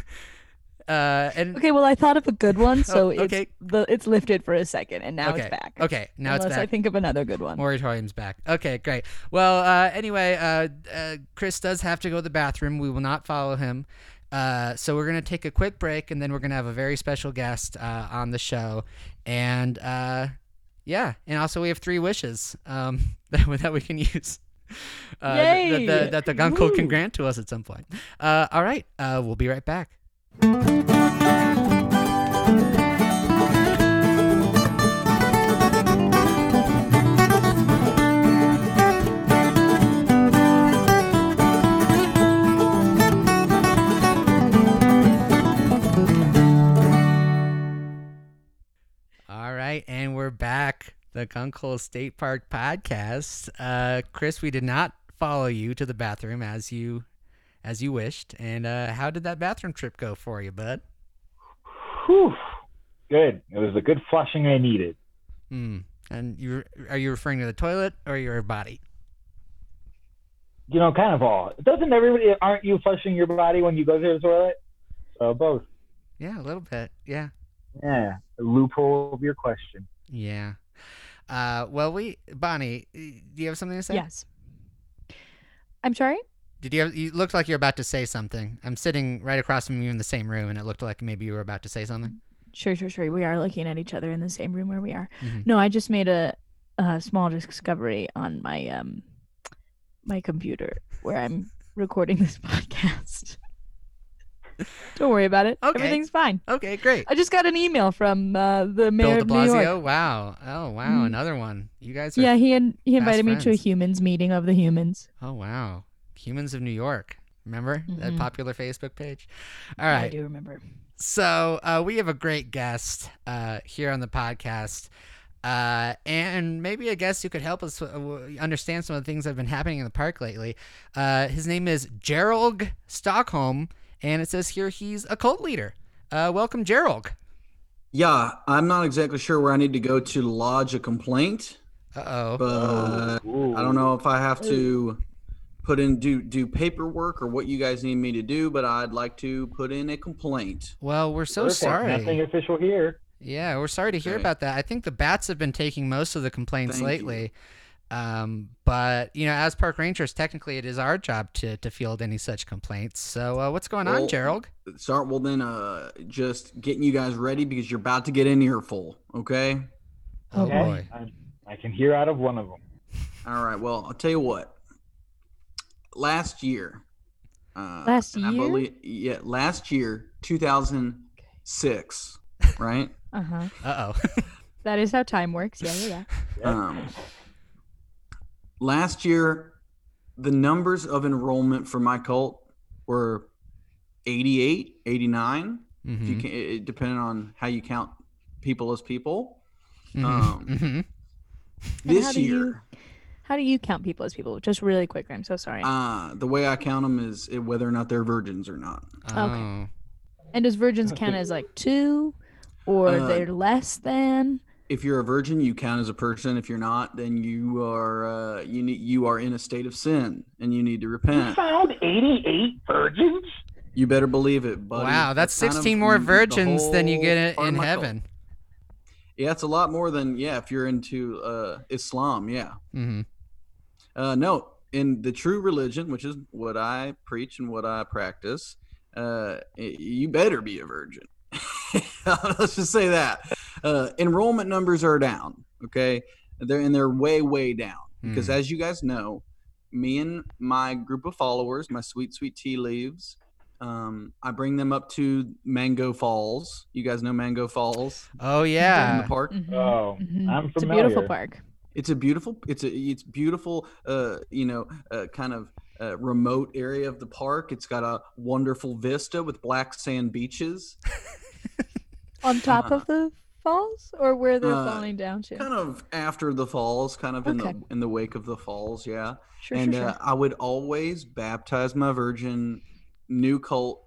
Speaker 1: Uh, and
Speaker 3: Okay, well I thought of a good one, so
Speaker 1: Oh, okay.
Speaker 3: it's the, it's lifted for a second and now
Speaker 1: okay,
Speaker 3: it's back.
Speaker 1: okay, now
Speaker 3: Unless
Speaker 1: it's
Speaker 3: I
Speaker 1: back.
Speaker 3: think of another good one.
Speaker 1: Moratorium's back. Okay, great. Well, uh, anyway, uh, uh, Chris does have to go to the bathroom. We will not follow him. Uh, so we're going to take a quick break and then we're going to have a very special guest uh, on the show. And uh, yeah, and also we have three wishes um, that, we- that we can use. Uh, that-
Speaker 3: Yay!
Speaker 1: That, the that the Gunkle can
Speaker 3: Woo!
Speaker 1: grant to us at some point. Uh, all right, uh, we'll be right back. All right, and we're back. The Gunkel State Park podcast. Uh, Chris, we did not follow you to the bathroom as you as you wished. And uh, how did that bathroom trip go for you, bud?
Speaker 2: Whew. Good. It was the good flushing I needed.
Speaker 1: Hmm. And you are you referring to the toilet or your body?
Speaker 2: You know, kind of all. Doesn't everybody? Aren't you flushing your body when you go to the toilet? So both.
Speaker 1: Yeah, a little bit. Yeah.
Speaker 2: Yeah. A loophole of your question.
Speaker 1: Yeah. Uh, well, we Bonnie, do you have something to say?
Speaker 3: Yes. I'm sorry?
Speaker 1: Did you have? You looked like you're about to say something. I'm sitting right across from you in the same room, and it looked like maybe you were about to say something.
Speaker 3: Sure, sure, sure. We are looking at each other in the same room where we are.
Speaker 1: Mhm.
Speaker 3: No, I just made a, a small discovery on my um my computer where I'm recording this podcast. Don't worry about it.
Speaker 1: Okay.
Speaker 3: Everything's fine.
Speaker 1: Okay, great.
Speaker 3: I just got an email from uh, the mayor
Speaker 1: Bill De
Speaker 3: of New York.
Speaker 1: Blasio. Wow. Oh, wow.
Speaker 3: Mhm.
Speaker 1: Another one. You guys are.
Speaker 3: Yeah, he in, he invited me to a
Speaker 1: friends.
Speaker 3: humans meeting of the humans.
Speaker 1: Oh, wow. Humans of New York. Remember that
Speaker 3: Mhm.
Speaker 1: popular Facebook page? All
Speaker 3: I
Speaker 1: right.
Speaker 3: do remember.
Speaker 1: So uh, we have a great guest uh, here on the podcast. Uh, and maybe a guest who could help us uh, w- understand some of the things that have been happening in the park lately. Uh, his name is Gerald Stockholm, and it says here he's a cult leader. Uh, welcome, Gerald.
Speaker 4: Yeah, I'm not exactly sure where I need to go to lodge a complaint,
Speaker 1: Uh oh.
Speaker 4: but
Speaker 2: Ooh.
Speaker 4: I don't know if I have to put in do do paperwork or what you guys need me to do, but I'd like to put in a complaint.
Speaker 1: Well, we're so
Speaker 2: Perfect.
Speaker 1: sorry.
Speaker 2: Nothing official here.
Speaker 1: Yeah, we're sorry to hear
Speaker 4: Okay.
Speaker 1: about that. I think the bats have been taking most of the complaints
Speaker 4: Thank you.
Speaker 1: lately. Um, but you know, as park rangers, technically it is our job to to field any such complaints. So uh, what's going on,
Speaker 4: Well-
Speaker 1: Gerald?
Speaker 4: Start well then uh just getting you guys ready because you're about to get an earful, okay?
Speaker 1: Oh
Speaker 3: Okay.
Speaker 1: boy.
Speaker 2: I, I can hear out of one of them.
Speaker 4: All right, well, I'll tell you what. Last year, uh
Speaker 3: Last
Speaker 4: and I
Speaker 3: year?
Speaker 4: believe- yeah, last year, 2006, right?
Speaker 3: Uh huh.
Speaker 1: Uh oh.
Speaker 3: That is how time works. Yeah, yeah, yeah.
Speaker 4: Um, last year, the numbers of enrollment for my cult were 88, 89, if
Speaker 1: Mm-hmm.
Speaker 4: you can, it- it- depending on how you count people as people. Um,
Speaker 1: hmm
Speaker 3: And
Speaker 4: This
Speaker 3: how do you-
Speaker 4: year,
Speaker 3: How do you count people as people? Just really quick. I'm so sorry.
Speaker 4: Uh, the way I count them is it- whether or not they're virgins or not.
Speaker 1: Oh.
Speaker 3: and does virgins count as like two, or
Speaker 4: Uh,
Speaker 3: they're less than?
Speaker 4: If you're a virgin, you count as a person. If you're not, then you are uh, you need you are in a state of sin and you need to
Speaker 2: You
Speaker 4: repent.
Speaker 2: found 88 virgins?
Speaker 4: You better believe it, buddy.
Speaker 1: Wow, that's
Speaker 4: kind of
Speaker 1: 16 more
Speaker 4: the
Speaker 1: virgins than you
Speaker 4: whole
Speaker 1: get in,
Speaker 4: part of
Speaker 1: in
Speaker 4: my cult.
Speaker 1: heaven.
Speaker 4: Yeah, it's a lot more than yeah. If you're into uh, Islam, yeah.
Speaker 1: Mm-hmm.
Speaker 4: Uh, no, in the true religion, which is what I preach and what I practice, uh, y- you better be a virgin. Let's just say that uh, enrollment numbers are down. Okay, they're and they're way way down
Speaker 1: Mm-hmm.
Speaker 4: because
Speaker 1: Hmm.
Speaker 4: as you guys know, me and my group of followers, my sweet sweet tea leaves. Um, I bring them up to Mango Falls. You guys know Mango Falls
Speaker 1: Oh
Speaker 4: in
Speaker 1: yeah.
Speaker 4: the park.
Speaker 3: Mhm,
Speaker 2: Oh,
Speaker 1: Mm-hmm.
Speaker 3: mhm.
Speaker 2: I'm
Speaker 3: It's a
Speaker 2: familiar.
Speaker 3: beautiful park.
Speaker 4: it's a beautiful it's a it's beautiful uh you know uh, kind of uh, remote area of the park it's got a wonderful vista with black sand beaches
Speaker 3: On top of the falls, or where they're
Speaker 4: Uh-huh. Uh,
Speaker 3: falling down to?
Speaker 4: kind of after the falls kind of in the
Speaker 3: Okay.
Speaker 4: in the wake of the falls yeah
Speaker 3: sure,
Speaker 4: and
Speaker 3: sure,
Speaker 4: uh,
Speaker 3: sure.
Speaker 4: i would always baptize my virgin new cult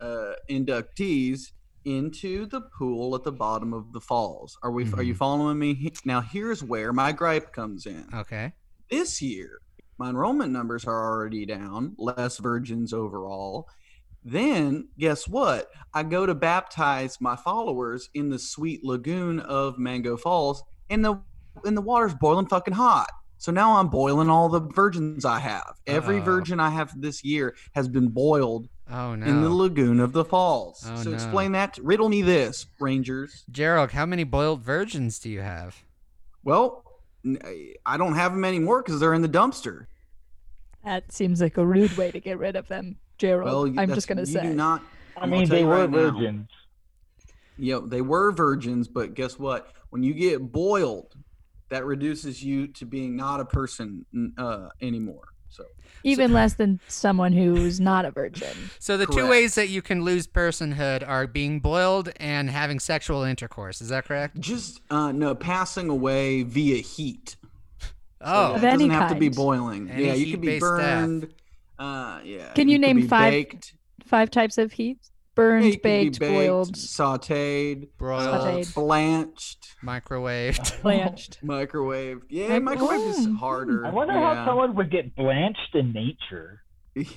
Speaker 4: uh inductees into the pool at the bottom of the falls are we are you
Speaker 3: Mm-hmm.
Speaker 4: following me now here's where my gripe comes in
Speaker 1: Okay.
Speaker 4: this year my enrollment numbers are already down less virgins overall then guess what i go to baptize my followers in the sweet lagoon of mango falls and the and the water's boiling fucking hot so now i'm boiling all the virgins i have every
Speaker 1: Uh-oh.
Speaker 4: virgin i have this year has been boiled
Speaker 1: Oh no.
Speaker 4: in the lagoon of the falls
Speaker 1: Oh,
Speaker 4: so
Speaker 1: no.
Speaker 4: explain that to- riddle me this rangers
Speaker 1: Gerald, how many boiled virgins do you have?
Speaker 4: well n- i don't have them anymore because they're in the dumpster
Speaker 3: That seems like a rude way to get rid of them,
Speaker 4: Well,
Speaker 3: Gerald.
Speaker 4: you-
Speaker 3: I'm
Speaker 4: that's-
Speaker 3: just gonna
Speaker 4: you
Speaker 3: say.
Speaker 4: do not.
Speaker 2: I
Speaker 4: I'm gonna
Speaker 2: mean,
Speaker 4: tell
Speaker 2: they
Speaker 4: you
Speaker 2: were
Speaker 4: right now,
Speaker 2: virgins.
Speaker 4: You know, they were virgins, but guess what? When you get boiled, that reduces you to being not a person n- uh, anymore. So
Speaker 3: Even less than someone who's not a virgin.
Speaker 1: So the two
Speaker 4: Correct.
Speaker 1: ways that you can lose personhood are being boiled and having sexual intercourse. Is that correct?
Speaker 4: just uh, no passing away via heat.
Speaker 1: Oh,
Speaker 4: it
Speaker 3: Of
Speaker 4: doesn't
Speaker 3: any
Speaker 4: have to be
Speaker 3: kind.
Speaker 4: boiling.
Speaker 1: Any
Speaker 4: yeah, you could be
Speaker 1: heat-based death.
Speaker 4: burned. Uh, yeah.
Speaker 3: Can you
Speaker 4: could
Speaker 3: name
Speaker 4: be
Speaker 3: five
Speaker 4: baked.
Speaker 3: Five types of heat:
Speaker 4: Yeah,
Speaker 3: burned,
Speaker 4: you could be
Speaker 3: baked, boiled,
Speaker 4: sautéed,
Speaker 1: broiled,
Speaker 3: sauteed.
Speaker 4: uh, blanched,
Speaker 1: microwaved.
Speaker 3: blanched.
Speaker 4: microwaved. Yeah,
Speaker 3: Like,
Speaker 4: microwave is
Speaker 3: ooh,
Speaker 4: harder.
Speaker 2: I wonder
Speaker 4: yeah.
Speaker 2: how someone would get blanched in nature.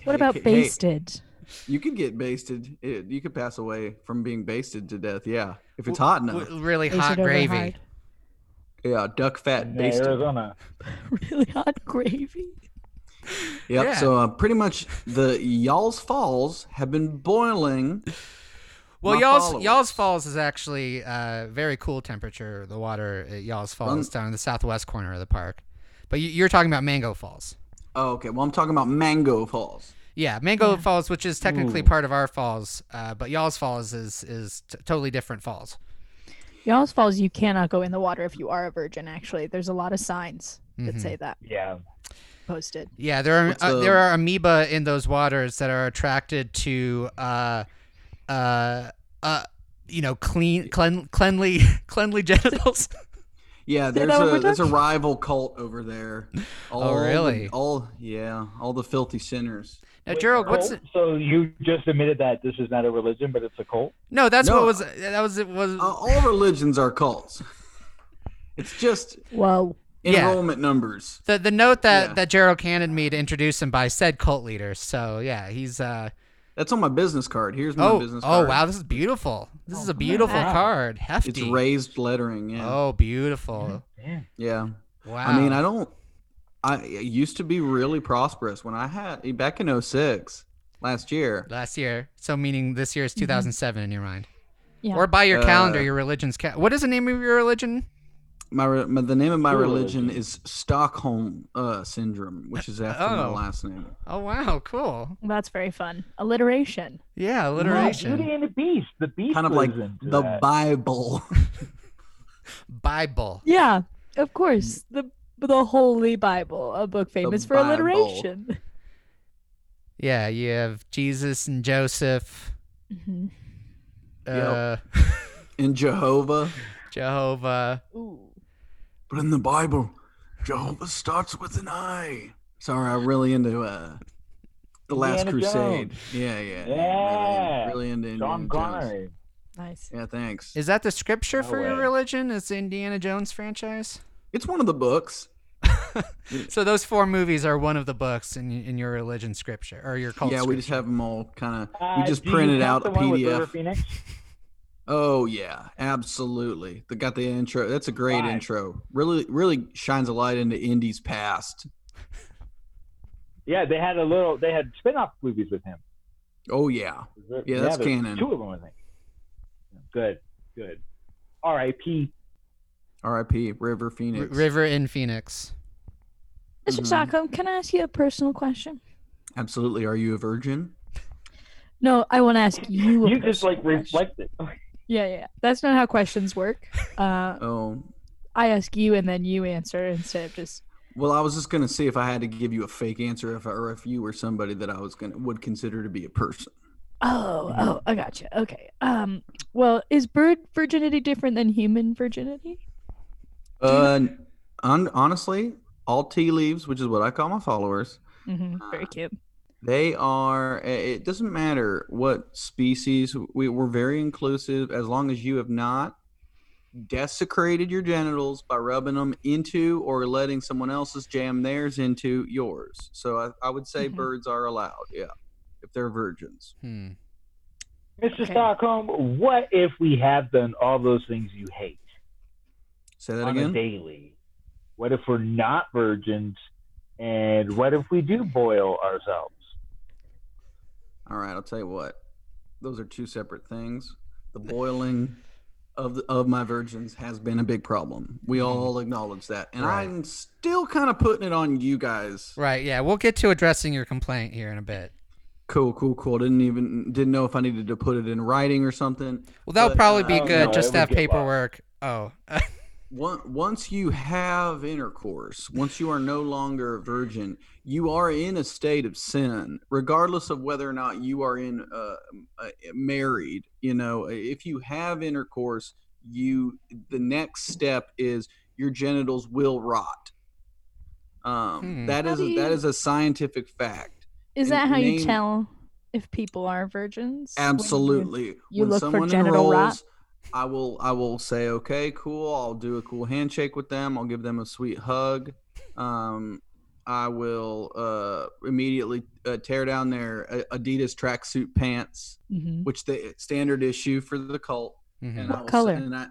Speaker 3: What about
Speaker 4: Hey,
Speaker 3: basted?
Speaker 4: You could get basted. It, you could pass away from being basted to death. Yeah, if
Speaker 1: W-
Speaker 4: it's hot enough.
Speaker 1: w- Really
Speaker 3: Basted
Speaker 1: hot
Speaker 3: over
Speaker 1: gravy.
Speaker 3: hard.
Speaker 4: yeah, duck fat
Speaker 2: in
Speaker 4: basted.
Speaker 2: Arizona.
Speaker 3: Really hot gravy.
Speaker 4: Yep.
Speaker 1: Yeah.
Speaker 4: So uh, pretty much the y'all's falls have been boiling.
Speaker 1: Well,
Speaker 4: my
Speaker 1: y'all's
Speaker 4: followers.
Speaker 1: y'all's falls is actually uh, very cool temperature. The water at y'all's falls down in the southwest corner of the park, but you, you're talking about Mango Falls.
Speaker 4: Oh, okay. Well, I'm talking about mango falls.
Speaker 1: Yeah, Mango Falls, which is technically
Speaker 2: Ooh.
Speaker 1: part of our falls, uh, but y'all's falls is is t- totally different falls.
Speaker 3: Y'all's Falls, you cannot go in the water if you are a virgin. Actually, there's a lot of signs
Speaker 2: Mm-hmm.
Speaker 3: that say that
Speaker 2: Yeah.
Speaker 3: posted.
Speaker 1: Yeah, there are
Speaker 4: What's
Speaker 1: uh,
Speaker 4: the-
Speaker 1: there are amoeba in those waters that are attracted to uh uh uh you know clean clean cleanly cleanly genitals.
Speaker 4: Yeah, there's
Speaker 3: that what
Speaker 4: a
Speaker 3: we're
Speaker 4: there's a rival cult over there. All the-
Speaker 1: Oh, really?
Speaker 4: all yeah, all the filthy sinners.
Speaker 1: now,
Speaker 2: Wait,
Speaker 1: Gerald, what's
Speaker 2: cult? so you just admitted that this is not a religion, but it's a cult.
Speaker 1: no? That's
Speaker 4: No.
Speaker 1: what was that was it was
Speaker 4: Uh, all religions are cults. It's just
Speaker 3: Whoa.
Speaker 1: Yeah.
Speaker 4: enrollment numbers.
Speaker 1: the the note that
Speaker 4: yeah.
Speaker 1: that Gerald handed me to introduce him by said cult leader. So yeah, he's uh
Speaker 4: That's on my business card. Here's my
Speaker 1: oh
Speaker 4: business
Speaker 1: oh
Speaker 4: card.
Speaker 1: wow, this is beautiful. This is a beautiful
Speaker 2: wow.
Speaker 1: card, hefty.
Speaker 4: It's raised lettering. Yeah.
Speaker 1: Oh, beautiful.
Speaker 2: Yeah.
Speaker 4: Yeah.
Speaker 1: Wow.
Speaker 4: I mean, I don't. I I used to be really prosperous when I had back in 06 last year.
Speaker 1: last year. So meaning this year is 2007 in your mind.
Speaker 3: Yeah.
Speaker 1: Or by your
Speaker 4: Uh,
Speaker 1: calendar, your religion's ca- What is the name of your religion?
Speaker 4: My, re- my the name of my
Speaker 2: Cool.
Speaker 4: religion is Stockholm uh, syndrome, which is after my
Speaker 1: Oh.
Speaker 4: last name.
Speaker 1: Oh wow, cool.
Speaker 3: That's very fun. Alliteration.
Speaker 1: Yeah,
Speaker 2: Yeah,
Speaker 1: alliteration.
Speaker 2: Beauty and the Beast. The Beast
Speaker 4: Kind of like
Speaker 2: lives into
Speaker 4: the
Speaker 2: that.
Speaker 4: Bible.
Speaker 1: Bible.
Speaker 3: Yeah, of course. The the Holy Bible, a book famous for
Speaker 4: Bible.
Speaker 3: alliteration.
Speaker 1: Yeah, you have Jesus and Joseph,
Speaker 3: Mhm.
Speaker 1: uh,
Speaker 4: in Jehovah,
Speaker 1: Jehovah.
Speaker 3: Ooh.
Speaker 4: but in the Bible, Jehovah starts with an I. Sorry, I'm really into uh, the Last
Speaker 2: Indiana
Speaker 4: Crusade.
Speaker 2: Jones.
Speaker 4: Yeah, yeah,
Speaker 2: Yeah.
Speaker 4: Really, really into
Speaker 2: John
Speaker 4: Indiana Jones.
Speaker 2: Connery.
Speaker 3: Nice.
Speaker 4: Yeah, thanks.
Speaker 1: Is that the scripture
Speaker 2: No
Speaker 1: for your
Speaker 2: way.
Speaker 1: religion? Is the Indiana Jones franchise?
Speaker 4: It's one of the books.
Speaker 1: So those four movies are one of the books in in your religion scripture or your cult.
Speaker 4: yeah, we just
Speaker 1: scripture.
Speaker 4: have them all kind of.
Speaker 2: Uh,
Speaker 4: We just
Speaker 2: do you
Speaker 4: printed
Speaker 2: count
Speaker 4: out
Speaker 2: the
Speaker 4: a
Speaker 2: one with River
Speaker 4: PDF.
Speaker 2: Phoenix?
Speaker 4: Oh yeah, absolutely. They got the intro. That's a great
Speaker 2: Five.
Speaker 4: intro. Really, really shines a light into Indy's past.
Speaker 2: Yeah, they had a little. They had spin-off movies with him.
Speaker 4: Oh yeah, Yeah, that's
Speaker 2: there's
Speaker 4: canon.
Speaker 2: Two of them, I think. Good, good. R.I.P.
Speaker 4: R.I.P. River
Speaker 1: R-
Speaker 4: Phoenix.
Speaker 1: River in Phoenix.
Speaker 3: mister
Speaker 2: Mm-hmm.
Speaker 4: Mhm.
Speaker 3: Stockholm, can I ask you a personal question?
Speaker 4: Absolutely. Are you a virgin?
Speaker 3: No, I want to ask you. A
Speaker 2: You just
Speaker 3: personal
Speaker 2: like
Speaker 3: question.
Speaker 2: reflected.
Speaker 3: Yeah, yeah. That's not how questions work. Uh,
Speaker 4: Oh,
Speaker 3: I ask you and then you answer instead of just.
Speaker 4: well, I was just gonna see if I had to give you a fake answer, if or if you were somebody that I was gonna would consider to be a person.
Speaker 3: Oh, oh, I gotcha. Okay. Um. Well, is bird virginity different than human virginity?
Speaker 4: Uh, on, honestly, all tea leaves, which is what I call my followers,
Speaker 3: hmm Very cute.
Speaker 4: They are. i- It doesn't matter what species. We, we're very inclusive as long as you have not desecrated your genitals by rubbing them into or letting someone else's jam theirs into yours. So I, I would say
Speaker 2: Mm-hmm.
Speaker 3: Mhm.
Speaker 4: birds are allowed. Yeah, if they're virgins.
Speaker 1: Hmm.
Speaker 2: Mr.
Speaker 3: Okay.
Speaker 2: Stockholm, what if we have done all those things you hate
Speaker 4: Say that
Speaker 2: on a
Speaker 4: again.
Speaker 2: daily? What if we're not virgins? And what if we do boil ourselves?
Speaker 4: All right. I'll tell you what. Those are two separate things. The boiling. Of, the, of my virgins has been a big problem. We
Speaker 2: Mm-hmm.
Speaker 4: all acknowledge that, and
Speaker 1: Right.
Speaker 4: I'm still kind of putting it on you guys.
Speaker 1: Right. Yeah, we'll get to addressing your complaint here in a bit.
Speaker 4: Cool, cool, cool. Didn't even didn't know if I needed to put it in writing or something.
Speaker 1: Well, that'll
Speaker 4: But,
Speaker 1: probably
Speaker 4: uh,
Speaker 1: be
Speaker 2: oh,
Speaker 1: good
Speaker 2: no,
Speaker 1: just
Speaker 2: it
Speaker 1: to have
Speaker 2: would get lost.
Speaker 1: paperwork. Oh,
Speaker 4: Once once you have intercourse, once you are no longer a virgin, you are in a state of sin, regardless of whether or not you are in uh, uh, married. You know, if you have intercourse, you the next step is your genitals will rot. Um,
Speaker 1: Hmm.
Speaker 4: that
Speaker 3: How
Speaker 4: is
Speaker 3: do
Speaker 4: a, that
Speaker 3: you-
Speaker 4: is a scientific fact.
Speaker 3: Is
Speaker 4: and
Speaker 3: that how you
Speaker 4: name-
Speaker 3: tell if people are virgins? When you-
Speaker 4: Absolutely.
Speaker 3: you look for genital rot?
Speaker 4: I will I will say, okay, cool. I'll do a cool handshake with them. I'll give them a sweet hug. Um, I will uh, immediately uh, tear down their uh, Adidas tracksuit pants,
Speaker 3: Mhm.
Speaker 4: which they standard issue for the cult.
Speaker 1: mhm.
Speaker 4: And I
Speaker 3: What
Speaker 4: will s-
Speaker 3: color?
Speaker 4: And I,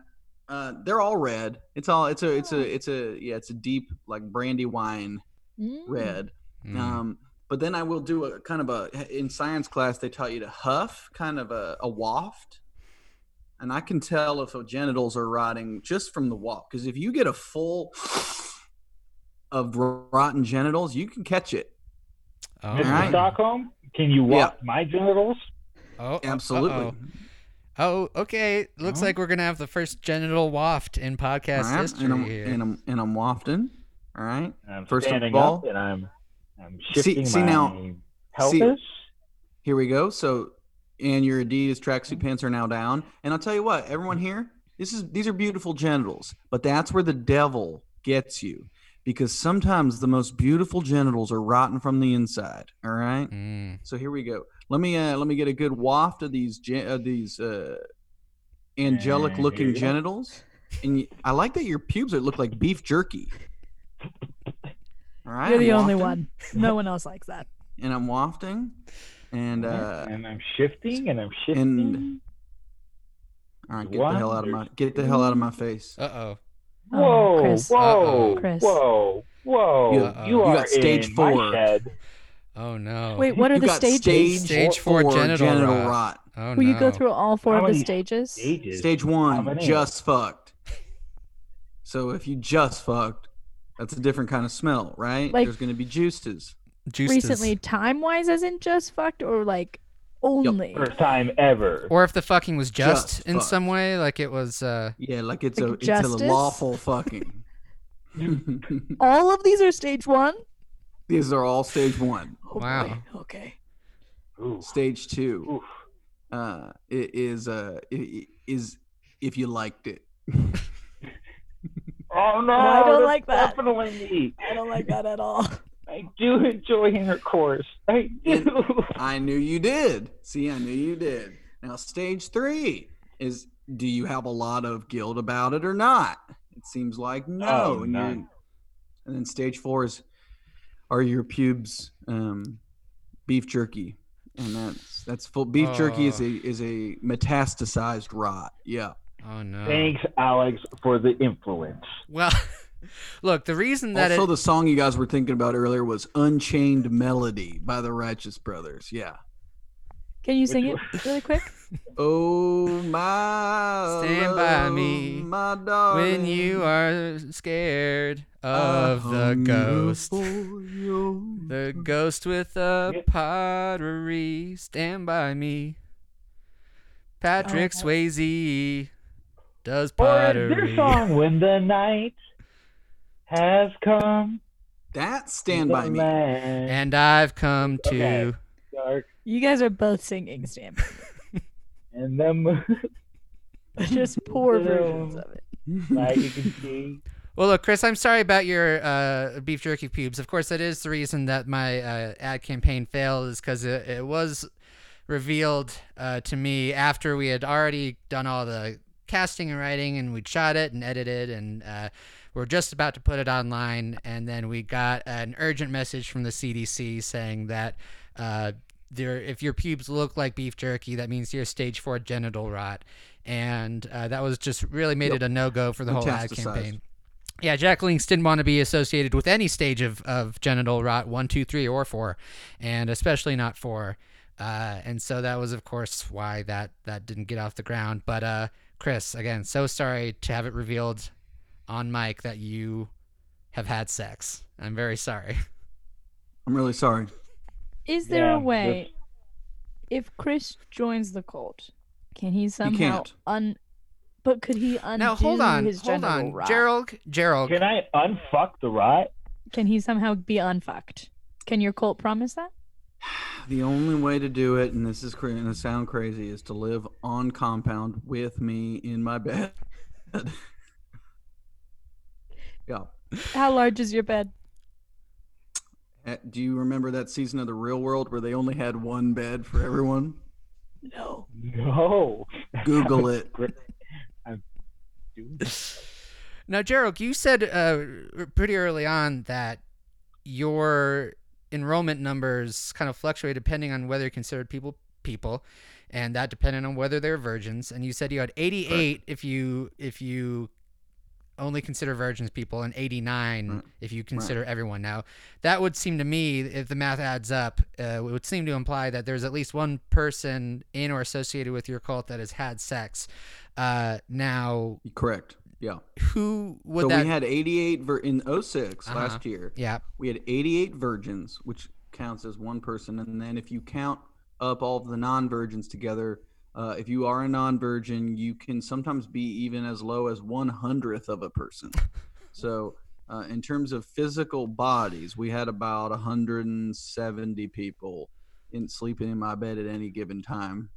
Speaker 4: uh, they're all red. It's all it's a it's a
Speaker 3: Hmm.
Speaker 4: it's a yeah it's a deep like brandy wine
Speaker 3: Mm.
Speaker 4: red.
Speaker 1: Mm.
Speaker 4: Um, but then I will do a kind of a in science class they taught you to huff, kind of a, a waft, and I can tell if the genitals are rotting just from the waft because if you get a full of rotten genitals, you can catch it.
Speaker 1: oh,
Speaker 2: Mr.
Speaker 4: Alright.
Speaker 2: Stockholm, can you walk my genitals?
Speaker 1: oh, oh,
Speaker 4: Absolutely.
Speaker 1: uh-oh. Oh, okay. Looks
Speaker 4: Oh.
Speaker 1: like we're gonna have the first genital waft in podcast
Speaker 4: All right?
Speaker 1: history
Speaker 4: and I'm
Speaker 1: here.
Speaker 4: and I'm and I'm wafting. All right.
Speaker 2: And I'm
Speaker 4: First of
Speaker 2: standing
Speaker 4: all-
Speaker 2: up and I'm, I'm
Speaker 4: See-
Speaker 2: shifting
Speaker 4: see
Speaker 2: my
Speaker 4: now-
Speaker 2: pelvis.
Speaker 4: Here we go. So, and your Adidas tracksuit pants are now down. And I'll tell you what, everyone here, this is these are beautiful genitals, but that's where the devil gets you, because sometimes the most beautiful genitals are rotten from the inside. All right.
Speaker 2: Hmm.
Speaker 1: Mm.
Speaker 4: So here we go. Let me uh, let me get a good waft of these gen- of these uh, angelic
Speaker 2: And here
Speaker 4: looking
Speaker 2: you go.
Speaker 4: genitals. And y- I like that your pubes are, look like beef jerky. All right.
Speaker 3: You're
Speaker 4: I'm
Speaker 3: the only
Speaker 4: wafting,
Speaker 3: one. No one else likes that.
Speaker 4: And I'm wafting. And uh,
Speaker 2: and I'm shifting and I'm shifting.
Speaker 4: and all right, get the hell out of my get the hell out of my face.
Speaker 1: Uh oh.
Speaker 2: Whoa,
Speaker 3: Oh, Chris.
Speaker 2: whoa,
Speaker 1: Uh-oh.
Speaker 3: Chris.
Speaker 2: whoa, whoa.
Speaker 4: You-
Speaker 1: Uh-oh.
Speaker 2: You,
Speaker 1: you
Speaker 2: are
Speaker 4: got stage
Speaker 2: in
Speaker 4: four.
Speaker 2: my head.
Speaker 1: Oh no.
Speaker 3: Wait, what are
Speaker 4: you
Speaker 3: the
Speaker 4: got
Speaker 3: stages?
Speaker 4: Stage,
Speaker 1: Stage four
Speaker 4: four,
Speaker 1: genital
Speaker 4: genital,
Speaker 1: rot.
Speaker 4: rot.
Speaker 1: Oh
Speaker 3: Will
Speaker 1: no.
Speaker 3: you go through all four
Speaker 2: How
Speaker 3: of the
Speaker 2: many
Speaker 3: stages?
Speaker 2: Stages.
Speaker 4: Stage
Speaker 2: How
Speaker 4: one,
Speaker 2: many?
Speaker 4: just fucked. So if you just fucked, that's a different kind of smell, right?
Speaker 3: Like-
Speaker 4: There's gonna be juices.
Speaker 1: Juices.
Speaker 3: Recently, time wise, isn't just fucked or like only?
Speaker 2: First time ever.
Speaker 1: Or if the fucking was just,
Speaker 4: Just
Speaker 1: in
Speaker 4: fucked.
Speaker 1: some way, like it was. uh
Speaker 4: Yeah, like it's
Speaker 3: Like
Speaker 4: a it's a
Speaker 3: justice?
Speaker 4: lawful fucking.
Speaker 3: All of these are stage one?
Speaker 4: These are all stage one.
Speaker 3: Oh, boy.
Speaker 1: Wow.
Speaker 3: Okay.
Speaker 2: Ooh,
Speaker 4: Stage two
Speaker 2: oof.
Speaker 4: uh, i- is uh, i- i- is if you liked it.
Speaker 2: Oh no!
Speaker 3: I don't
Speaker 2: that's
Speaker 3: like that.
Speaker 2: Definitely me.
Speaker 3: I don't like that at all.
Speaker 2: I do enjoy intercourse. I do.
Speaker 4: I knew you did. See, I knew you did. Now, stage three is do you have a lot of guilt about it or not? It seems like no.
Speaker 2: Oh,
Speaker 4: and,
Speaker 2: none.
Speaker 4: you- and then stage four is are your pubes um, beef jerky? And that's that's full beef jerky is
Speaker 1: Oh.
Speaker 4: a is a metastasized rot. Yeah.
Speaker 1: Oh no.
Speaker 2: Thanks, Alex, for the influence.
Speaker 1: Well, look, the reason that
Speaker 4: also,
Speaker 1: it,
Speaker 4: the song you guys were thinking about earlier was "Unchained Melody" by the Righteous Brothers. Yeah.
Speaker 3: Can you sing it really quick?
Speaker 4: Oh my.
Speaker 1: Stand by me
Speaker 4: my darling,
Speaker 1: when you are scared of the ghost, the ghost with a
Speaker 2: Mm-hmm. Yeah.
Speaker 1: pottery, stand by me. Patrick Swayze does
Speaker 2: Oh, Or their
Speaker 1: pottery.
Speaker 2: song, "When the Night Has Come."
Speaker 4: that stand by
Speaker 2: the
Speaker 4: me.
Speaker 2: land
Speaker 1: And I've come to.
Speaker 2: Okay. dark
Speaker 3: You guys are both singing Stamp.
Speaker 2: and the moon
Speaker 3: Just poor versions of it.
Speaker 2: like you can see.
Speaker 1: Well, look, Chris, I'm sorry about your uh, beef jerky pubes. Of course, that is the reason that my uh, ad campaign failed, is because it, it was revealed uh, to me after we had already done all the casting and writing, and we'd shot it and edited, and uh, we're just about to put it online. And then we got an urgent message from the CDC saying that. Uh, there, if your pubes look like beef jerky, that means you're stage four genital rot, and uh, that was just really made
Speaker 4: Yep.
Speaker 1: it a no go for the whole ad
Speaker 4: Metastasized.
Speaker 1: campaign. Yeah, Jack Links didn't want to be associated with any stage of, of genital rot, one, two, three, or four, and especially not four. Uh, and so that was, of course, why that, that didn't get off the ground. But uh, Chris, again, so sorry to have it revealed on mic that you have had sex. I'm very sorry.
Speaker 4: I'm really sorry.
Speaker 3: Is there
Speaker 2: Yeah,
Speaker 3: a way, if Chris joins the cult, can he somehow
Speaker 4: can't.
Speaker 3: un? But could he undo
Speaker 1: now hold on,
Speaker 3: his
Speaker 1: hold
Speaker 3: genital
Speaker 1: on,
Speaker 3: rot?
Speaker 1: Gerald, Gerald.
Speaker 2: Can I unfuck the rot?
Speaker 3: Can he somehow be unfucked? Can your cult promise that?
Speaker 4: The only way to do it, and this is cra- gonna sound crazy, is to live on compound with me in my bed. yeah.
Speaker 3: How large is your bed?
Speaker 4: Uh, Do you remember that season of The Real World where they only had one bed for everyone?
Speaker 3: No.
Speaker 2: No.
Speaker 4: Google it.
Speaker 2: Great. I'm doing
Speaker 1: Now, Gerald, you said uh, pretty early on that your enrollment numbers kind of fluctuate depending on whether you considered people people, and that depended on whether they're virgins. And you said you had 88 if you if you only consider virgins people, and 89
Speaker 4: Right.
Speaker 1: if you consider everyone. Now, that would seem to me, if the math adds up, uh, it would seem to imply that there's at least one person in or associated with your cult that has had sex. Uh, now,
Speaker 4: Correct. Yeah.
Speaker 1: who would
Speaker 4: so
Speaker 1: that
Speaker 4: we had 88 vir- in 6
Speaker 1: Uh-huh.
Speaker 4: last year.
Speaker 1: yeah
Speaker 4: We had 88 virgins, which counts as one person. And then if you count up all of the non virgins together, uh, if you are a non virgin, you can sometimes be even as low as one hundredth of a person. so, uh, in terms of physical bodies, we had about 170 people in sleeping in my bed at any given time.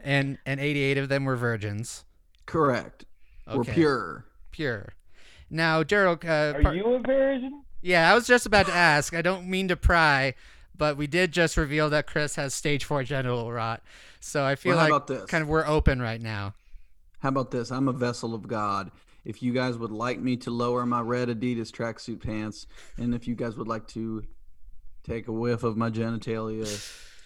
Speaker 1: and and 88 of them were virgins
Speaker 4: Correct.
Speaker 1: okay.
Speaker 4: We're pure.
Speaker 1: pure now gerald uh,
Speaker 2: Are
Speaker 1: par-
Speaker 2: you a virgin?
Speaker 1: yeah i was just about to ask i don't mean to pry but we did just reveal that chris has stage 4 genital rot so i feel
Speaker 4: Well, how
Speaker 1: like
Speaker 4: about this?
Speaker 1: kind of we're open right now
Speaker 4: How about this? I'm a vessel of God. If you guys would like me to lower my red Adidas tracksuit pants, and if you guys would like to take a whiff of my genitalia,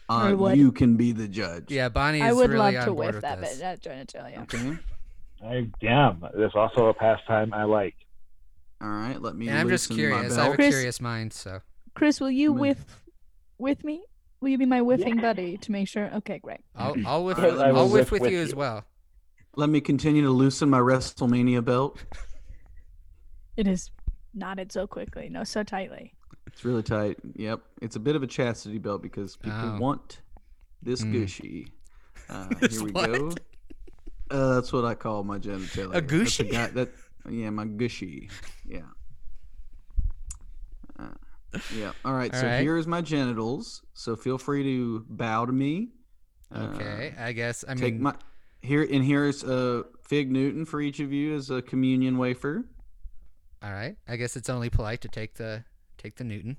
Speaker 3: I
Speaker 4: uh,
Speaker 3: would.
Speaker 4: you can be the judge.
Speaker 1: yeah bonnie is
Speaker 3: I would
Speaker 1: really
Speaker 3: love
Speaker 1: on
Speaker 3: to
Speaker 1: board
Speaker 3: whiff
Speaker 1: with
Speaker 3: that uh,
Speaker 1: this.
Speaker 3: bed at genitalia.
Speaker 4: Okay.
Speaker 2: I am. That's also a pastime I like.
Speaker 4: All right. Let me.
Speaker 1: and i'm just
Speaker 4: loosen my
Speaker 1: curious i have a
Speaker 4: belt.
Speaker 3: Chris-
Speaker 1: curious mind so
Speaker 3: Chris, will you
Speaker 4: Come in.
Speaker 3: whiff with me? Will you be my whiffing buddy to make sure? Okay, great.
Speaker 1: i'll i'll whiff,
Speaker 4: I will
Speaker 1: I'll whiff
Speaker 2: whiff
Speaker 1: with,
Speaker 2: with
Speaker 1: you as
Speaker 2: you.
Speaker 1: well
Speaker 4: Let me continue to loosen my WrestleMania belt.
Speaker 3: It is knotted so quickly, no, so tightly.
Speaker 4: It's really tight. Yep. It's a bit of a chastity belt because people
Speaker 1: Oh.
Speaker 4: want this
Speaker 1: Mm.
Speaker 4: gushy. Uh,
Speaker 1: This
Speaker 4: here we
Speaker 1: what?
Speaker 4: go. Uh, that's what I call my genitalia. That's
Speaker 1: gushy?
Speaker 4: guy- that, yeah, my gushy. Yeah. Uh, yeah. All right.
Speaker 1: All
Speaker 4: so
Speaker 1: right.
Speaker 4: here is my genitals. So feel free to bow to me. Uh,
Speaker 1: okay i guess i
Speaker 4: take
Speaker 1: mean
Speaker 4: my here and here is uh Fig Newton for each of you is a communion wafer.
Speaker 1: All right. I guess it's only polite to take the take the Newton.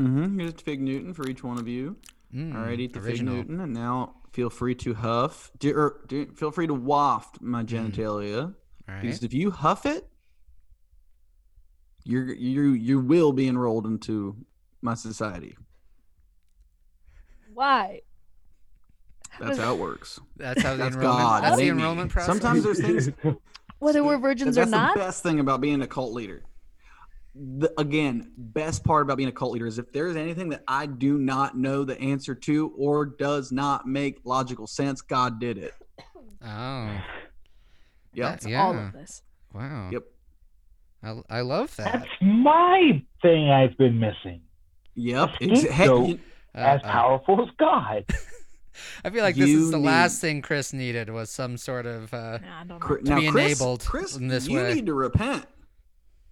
Speaker 4: Mm-hmm. Here's a Fig Newton for each one of you.
Speaker 1: Mm,
Speaker 4: All right, eat the
Speaker 1: original.
Speaker 4: Fig Newton, and now feel free to huff. Do, or, do, feel free to waft my genitalia.
Speaker 1: All Mm. right.
Speaker 4: Because if you huff it, you're you you will be enrolled into my society.
Speaker 3: Why?
Speaker 4: That's how it works.
Speaker 1: That's how the
Speaker 4: That's
Speaker 1: enrollment.
Speaker 4: God.
Speaker 1: That's the
Speaker 4: made me.
Speaker 1: enrollment process.
Speaker 4: Sometimes there's things
Speaker 3: Whether we're
Speaker 4: And
Speaker 3: virgins or
Speaker 4: that's
Speaker 3: not?
Speaker 4: the best thing about being a cult leader. The, again, best part about being a cult leader is if there's anything that I do not know the answer to or does not make logical sense, God did it.
Speaker 1: Oh,
Speaker 4: Yep.
Speaker 1: That-
Speaker 3: It's
Speaker 1: yeah.
Speaker 3: all of this.
Speaker 1: wow.
Speaker 4: Yep.
Speaker 1: I, I love that.
Speaker 2: That's my thing I've been missing.
Speaker 4: Yep.
Speaker 2: A
Speaker 4: Exa- hey,
Speaker 2: scapegoat.
Speaker 4: you-
Speaker 3: Uh-uh.
Speaker 1: Uh,
Speaker 2: As
Speaker 1: uh,
Speaker 2: powerful as God.
Speaker 1: I feel like this is
Speaker 4: you
Speaker 1: the last
Speaker 4: need-
Speaker 1: thing Chris needed was some sort of. Uh,
Speaker 3: Nah, I don't know.
Speaker 4: Cri-
Speaker 1: To
Speaker 4: now,
Speaker 1: be
Speaker 4: Chris,
Speaker 1: enabled
Speaker 4: Chris,
Speaker 1: in this
Speaker 4: you
Speaker 1: way.
Speaker 4: need to repent.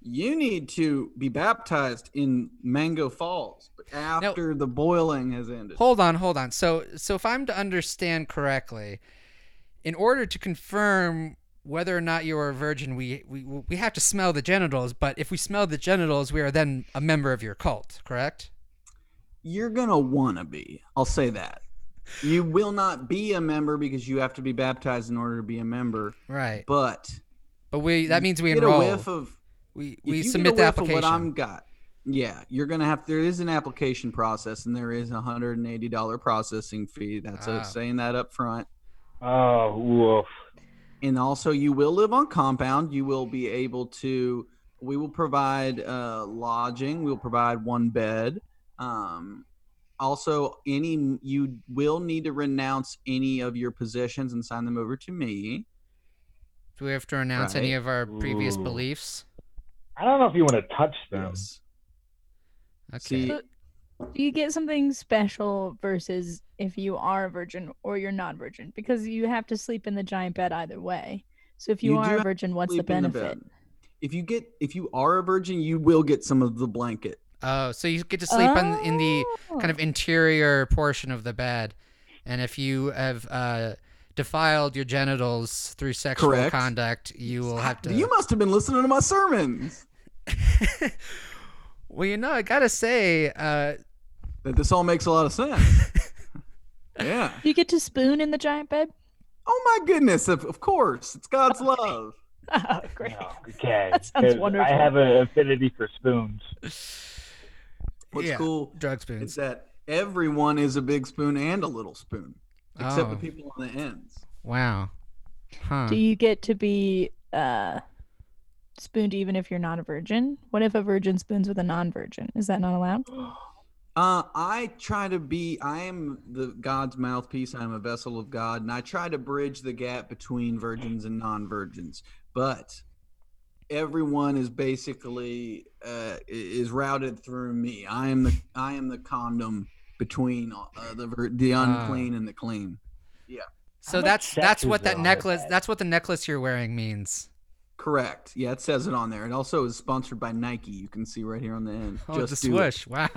Speaker 4: You need to be baptized in Mango Falls but after the boiling has ended.
Speaker 1: hold on, hold on. So, so if I'm to understand correctly, in order to confirm whether or not you are a virgin, we we we have to smell the genitals. But if we smell the genitals, we are then a member of your cult, correct?
Speaker 4: you're gonna wanna be. I'll say that. You will not be a member because you have to be baptized in order to be a member.
Speaker 1: Right.
Speaker 4: But
Speaker 1: But we that means we
Speaker 4: get
Speaker 1: enroll.
Speaker 4: a whiff of
Speaker 1: we
Speaker 4: if you
Speaker 1: we
Speaker 4: get a
Speaker 1: submit the
Speaker 4: whiff of
Speaker 1: application.
Speaker 4: What I'm got. Yeah, you're gonna have. There is an application process, and there is a hundred and eighty dollar processing fee. That's
Speaker 1: Ah.
Speaker 4: a, saying that up front.
Speaker 2: Oh, woof.
Speaker 4: And also, you will live on compound. You will be able to. We will provide uh, lodging. We'll provide one bed. Um, also, any you will need to renounce any of your possessions and sign them over to me.
Speaker 1: Do we have to renounce any
Speaker 4: Right.
Speaker 1: of our previous
Speaker 2: Ooh.
Speaker 1: beliefs?
Speaker 2: I don't know if you want to touch them.
Speaker 1: Okay.
Speaker 4: See,
Speaker 3: Do you get something special versus if you are a virgin or you're not virgin? Because you have to sleep in the giant bed either way. So if you,
Speaker 4: You do
Speaker 3: are
Speaker 4: have
Speaker 3: a
Speaker 4: to
Speaker 3: virgin, what's the
Speaker 4: sleep in bed.
Speaker 3: benefit?
Speaker 4: If you get, if you are a virgin, you will get some of the blanket.
Speaker 1: Oh, so you get to sleep on in the kind of
Speaker 3: Oh.
Speaker 1: interior portion of the bed, and if you have uh, defiled your genitals through sexual
Speaker 4: Correct.
Speaker 1: conduct, you will have to.
Speaker 4: You must have been listening to my sermons.
Speaker 1: well, you know, I gotta say, uh,
Speaker 4: That this all makes a lot of sense. yeah.
Speaker 3: Do you get to spoon in the giant bed?
Speaker 4: Oh my goodness! Of, of course, it's God's love.
Speaker 3: Oh, great.
Speaker 2: No, okay.
Speaker 3: That sounds
Speaker 2: 'Cause I
Speaker 3: wonderful.
Speaker 2: have an affinity for spoons.
Speaker 4: What's
Speaker 1: yeah,
Speaker 4: cool
Speaker 1: drug
Speaker 4: is
Speaker 1: spoons.
Speaker 4: that everyone is a big spoon and a little spoon, except
Speaker 1: Oh.
Speaker 4: the people on the ends.
Speaker 1: Wow. Huh.
Speaker 3: Do you get to be uh, spooned even if you're not a virgin? What if a virgin spoons with a non-virgin? Is that not allowed?
Speaker 4: Uh, I try to be. I am the God's mouthpiece. I am a vessel of God, and I try to bridge the gap between virgins and non-virgins. But everyone is basically uh, i- is routed through me. I am the I am the condom between uh, the vir- the
Speaker 1: Ah.
Speaker 4: unclean and the clean.
Speaker 1: so
Speaker 2: much
Speaker 1: that's
Speaker 2: sex
Speaker 1: that's
Speaker 2: is
Speaker 1: what
Speaker 2: there
Speaker 1: that
Speaker 2: on the
Speaker 1: necklace.
Speaker 2: bed?
Speaker 1: That's what the necklace you're wearing means.
Speaker 4: Correct. Yeah, it says it on there. It also is sponsored by Nike. You can see right here on the end.
Speaker 1: Oh,
Speaker 4: Just
Speaker 1: the
Speaker 4: do it.
Speaker 1: swoosh! Wow.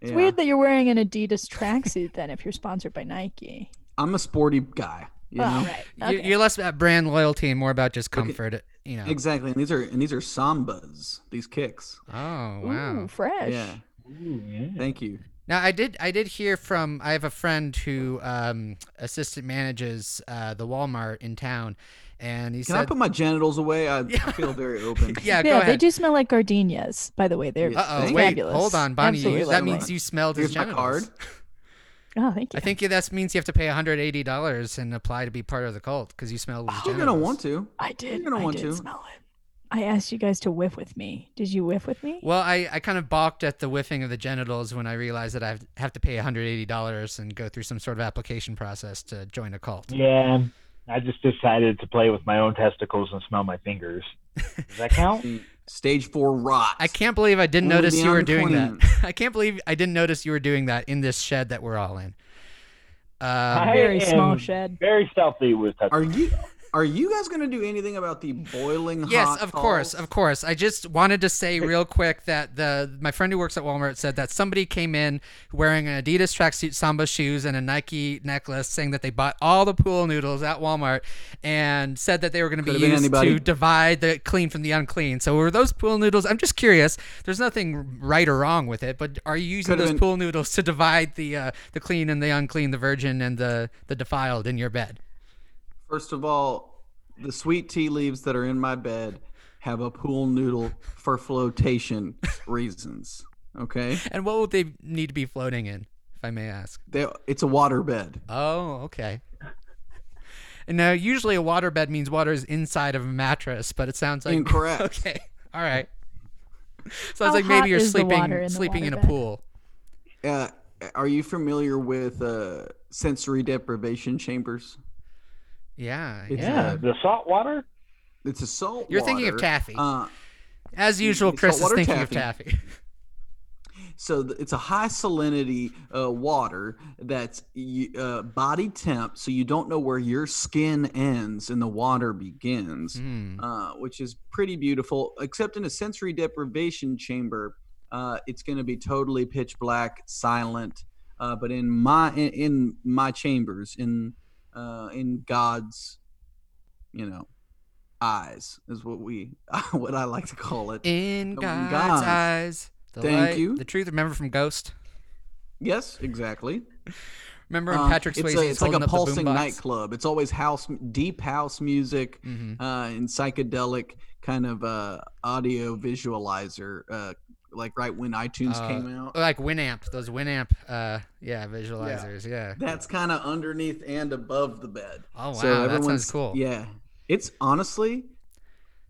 Speaker 3: It's
Speaker 4: Yeah.
Speaker 3: weird that you're wearing an Adidas tracksuit then if you're sponsored by Nike.
Speaker 4: I'm a sporty guy. You
Speaker 3: Oh,
Speaker 4: know?
Speaker 3: right.
Speaker 1: You-
Speaker 3: Okay.
Speaker 1: You're less about brand loyalty and more about just comfort. You know.
Speaker 4: Exactly. And these are and these are sambas. These kicks.
Speaker 1: Oh wow.
Speaker 3: Ooh, fresh.
Speaker 4: Yeah.
Speaker 2: Ooh, yeah.
Speaker 4: Thank you.
Speaker 1: Now I did I did hear from I have a friend who um, assistant manages uh, the Walmart in town, and he
Speaker 4: Can I
Speaker 1: said,
Speaker 4: put my genitals away? I, I feel very open.
Speaker 1: "Yeah, go
Speaker 3: Yeah, they
Speaker 1: ahead."
Speaker 3: do smell like gardenias, by the way. They're
Speaker 4: Yeah.
Speaker 1: Uh oh,
Speaker 4: Thank
Speaker 1: wait,
Speaker 3: you.
Speaker 1: hold on, Bonnie. You,
Speaker 3: Absolutely.
Speaker 1: that means you smelled his
Speaker 4: Here's my
Speaker 1: genitals.
Speaker 4: card.
Speaker 3: oh, thank you.
Speaker 1: I think that means you have to pay 180 dollars and apply to be part of the cult because you smelled his
Speaker 4: You're
Speaker 1: genitals.
Speaker 4: gonna want to.
Speaker 3: I did.
Speaker 4: gonna
Speaker 3: I
Speaker 4: want
Speaker 3: did
Speaker 4: to.
Speaker 3: smell it. I asked you guys to whiff with me. Did you whiff with me?
Speaker 1: Well, I, I kind of balked at the whiffing of the genitals when I realized that I have- have to pay 180 dollars and go through some sort of application process to join a cult.
Speaker 2: Yeah, I just decided to play with my own testicles and smell my fingers. Does that count?
Speaker 4: Stage four rot.
Speaker 1: I can't believe I didn't
Speaker 4: Only
Speaker 1: notice you were
Speaker 4: beyond
Speaker 1: doing
Speaker 4: 20.
Speaker 1: that. I can't believe I didn't notice you were doing that in this shed that we're all in. Um,
Speaker 2: I
Speaker 3: Very small
Speaker 2: am
Speaker 3: shed.
Speaker 2: Very stealthy with testicles.
Speaker 4: Are you? Are you guys going to do anything about the boiling hot?
Speaker 1: Yes, of course,
Speaker 4: calls?
Speaker 1: of course. I just wanted to say real quick that the my friend who works at Walmart said that somebody came in wearing an Adidas tracksuit, Samba shoes, and a Nike necklace, saying that they bought all the pool noodles at Walmart, and said that they were going to be
Speaker 4: Could've been
Speaker 1: used
Speaker 4: anybody.
Speaker 1: to divide the clean from the unclean. So were those pool noodles? I'm just curious. There's nothing right or wrong with it, but are you using
Speaker 4: Could've
Speaker 1: those
Speaker 4: been-
Speaker 1: pool noodles to divide the uh, the clean and the unclean, the virgin and the the defiled in your bed?
Speaker 4: First of all, the sweet tea leaves that are in my bed have a pool noodle for flotation reasons. Okay,
Speaker 1: And what would they need to be floating in, if I may ask?
Speaker 4: they, it's a water bed.
Speaker 1: Oh, okay. And now, usually a waterbed means water is inside of a mattress, but it sounds like
Speaker 4: Incorrect.
Speaker 1: okay, all right. Sounds
Speaker 3: How
Speaker 1: like maybe
Speaker 3: hot
Speaker 1: you're
Speaker 3: is the
Speaker 1: sleeping
Speaker 3: water in the
Speaker 1: sleeping in a
Speaker 3: waterbed?
Speaker 1: pool.
Speaker 4: Uh, are you familiar with uh, sensory deprivation chambers?
Speaker 1: Yeah,
Speaker 4: It's,
Speaker 1: yeah.
Speaker 4: uh,
Speaker 2: Yeah, the salt water.
Speaker 4: It's a salt.
Speaker 1: You're thinking of
Speaker 4: water.
Speaker 1: taffy.
Speaker 4: Uh,
Speaker 1: As usual,
Speaker 4: it's
Speaker 1: Chris is
Speaker 4: saltwater
Speaker 1: thinking of taffy.
Speaker 4: so th- it's a high salinity uh, water that's y- uh, body temp, so you don't know where your skin ends and the water begins.
Speaker 1: Hmm.
Speaker 4: uh, which is pretty beautiful. Except in a sensory deprivation chamber, uh, it's going to be totally pitch black, silent. Uh, but in my in, in my chambers, in uh, in God's, you know, eyes is what we what I like to call it.
Speaker 1: In
Speaker 4: Oh,
Speaker 1: God's
Speaker 4: God.
Speaker 1: eyes, the
Speaker 4: Thank
Speaker 1: light,
Speaker 4: you.
Speaker 1: The truth. Remember from Ghost.
Speaker 4: Yes, exactly.
Speaker 1: Remember when
Speaker 4: Um,
Speaker 1: Patrick Swayze
Speaker 4: it's, a, it's like a pulsing
Speaker 1: nightclub.
Speaker 4: nightclub. It's always house deep house music.
Speaker 1: Mm-hmm.
Speaker 4: uh, and psychedelic kind of uh, audio visualizer, uh, like right when iTunes
Speaker 1: Uh,
Speaker 4: came out.
Speaker 1: Like Winamp, those Winamp, uh, yeah, visualizers. Yeah.
Speaker 4: That's kind of underneath and above the bed.
Speaker 1: Oh wow,
Speaker 4: So
Speaker 1: that sounds
Speaker 4: everyone's-
Speaker 1: cool.
Speaker 4: Yeah, it's honestly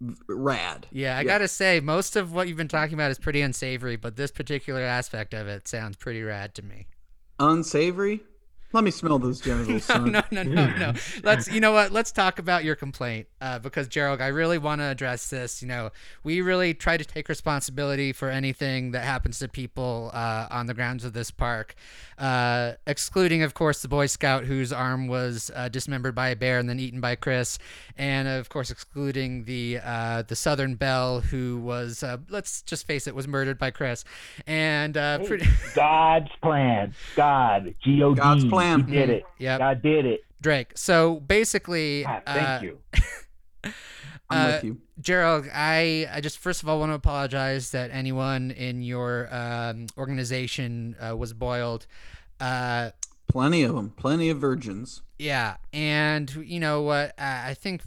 Speaker 4: v- rad.
Speaker 1: Yeah, I gotta say, most of what you've been talking about is pretty unsavory, but this particular aspect of it sounds pretty rad to me.
Speaker 4: Unsavory. Let me smell those genitals,
Speaker 1: No,
Speaker 4: son.
Speaker 1: no, no, no, no. Let's, you know what? Let's talk about your complaint, uh, because Gerald, I really want to address this. You know, we really try to take responsibility for anything that happens to people uh, on the grounds of this park, uh, excluding, of course, the Boy Scout whose arm was uh, dismembered by a bear and then eaten by Chris, and of course, excluding the uh, the Southern Belle who was, uh, let's just face it, was murdered by Chris, and uh,
Speaker 2: Hey.
Speaker 1: pretty.
Speaker 2: God's plan. God. G O D.
Speaker 4: God's plan.
Speaker 2: He did it.
Speaker 1: Yep,
Speaker 2: God did it.
Speaker 1: Drake. So basically,
Speaker 2: God,
Speaker 1: uh,
Speaker 2: Ah, thank you.
Speaker 4: I'm
Speaker 1: uh,
Speaker 4: with you.
Speaker 1: Gerald, I, I just first of all want to apologize that anyone in your um, organization uh, was boiled. Uh,
Speaker 4: Plenty of them. Plenty of virgins.
Speaker 1: yeah, and you know what? I I think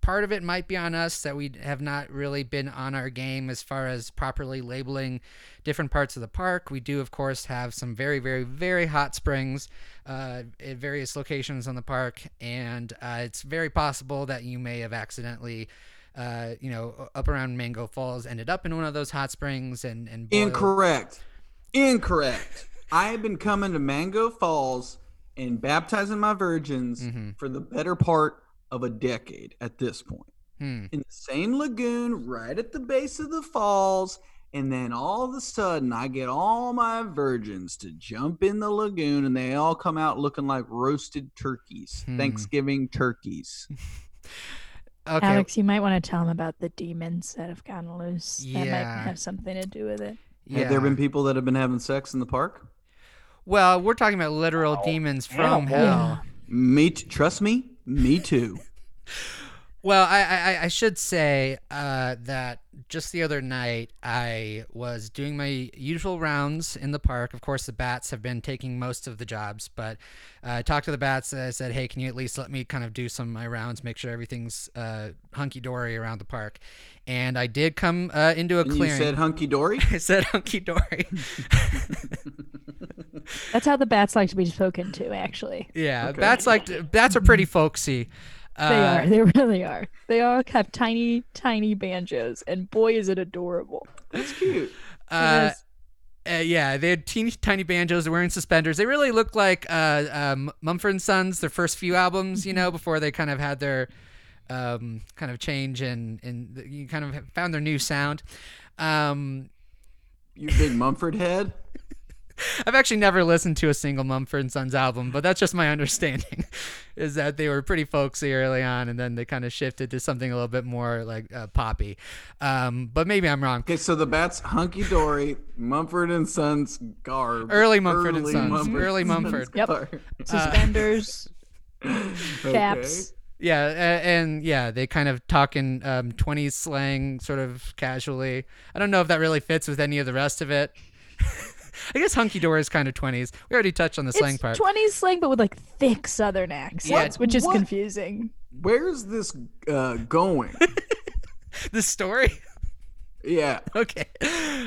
Speaker 1: part of it might be on us that we have not really been on our game as far as properly labeling different parts of the park. We do, of course, have some very, very, very hot springs uh, at various locations on the park, and uh, it's very possible that you may have accidentally. Uh, you know, up around Mango Falls, ended up in one of those hot springs and and boiled.
Speaker 4: Incorrect. Incorrect. I have been coming to Mango Falls and baptizing my virgins
Speaker 1: Mhm.
Speaker 4: for the better part of a decade at this point.
Speaker 1: Hmm.
Speaker 4: In the same lagoon, right at the base of the falls, and then all of a sudden I get all my virgins to jump in the lagoon and they all come out looking like roasted turkeys,
Speaker 1: Hmm.
Speaker 4: Thanksgiving turkeys.
Speaker 1: Okay.
Speaker 3: Alex, you might want to tell him about the demons that have gotten loose. That
Speaker 1: Yeah.
Speaker 3: might have something to do with it.
Speaker 4: Have there been people that have been having sex in the park?
Speaker 1: Well, we're talking about literal
Speaker 2: Wow.
Speaker 1: demons from
Speaker 2: Animals.
Speaker 1: hell.
Speaker 4: Me, t- trust me, me too.
Speaker 1: Well, I, I, I- I should say uh, that just the other night I was doing my usual rounds in the park. Of course, the bats have been taking most of the jobs, but uh, I talked to the bats and I said, "Hey, can you at least let me kind of do some of my rounds, make sure everything's uh, hunky dory around the park?" And I did come uh, into a
Speaker 4: And you
Speaker 1: clearing.
Speaker 4: said hunky dory.
Speaker 1: I said hunky dory.
Speaker 3: That's how the bats like to be spoken to, actually.
Speaker 1: yeah,
Speaker 4: Okay.
Speaker 1: bats like to, bats are pretty folksy. Uh,
Speaker 3: They are. They really are. They all have tiny, tiny banjos, and boy, is it adorable.
Speaker 4: That's cute.
Speaker 1: Uh,
Speaker 3: Yes.
Speaker 1: Uh, yeah, they had teeny tiny banjos. They're wearing suspenders. They really looked like uh, um, Mumford and Sons, their first few albums, you know, before they kind of had their um, kind of change and and the- you kind of found their new sound. Um,
Speaker 4: You big Mumford head.
Speaker 1: I've actually never listened to a single Mumford and Sons album, but that's just my understanding, is that they were pretty folksy early on, and then they kind of shifted to something a little bit more like uh, poppy. Um, but maybe I'm wrong.
Speaker 4: Okay, so the bats hunky dory, Mumford and Sons garb.
Speaker 1: Early Mumford and Sons. Early Mumford.
Speaker 3: Yep. Suspenders,
Speaker 1: uh,
Speaker 3: caps.
Speaker 1: Yeah, a- and yeah, they kind of talk in um, 20s slang, sort of casually. I don't know if that really fits with any of the rest of it. I guess hunky dory is kind of 20s. We already touched on the slang
Speaker 3: it's
Speaker 1: part.
Speaker 3: 20s slang, but with like thick Southern accents, which is
Speaker 4: What?
Speaker 3: confusing.
Speaker 4: Where's this uh, going?
Speaker 1: the story.
Speaker 4: yeah.
Speaker 1: okay.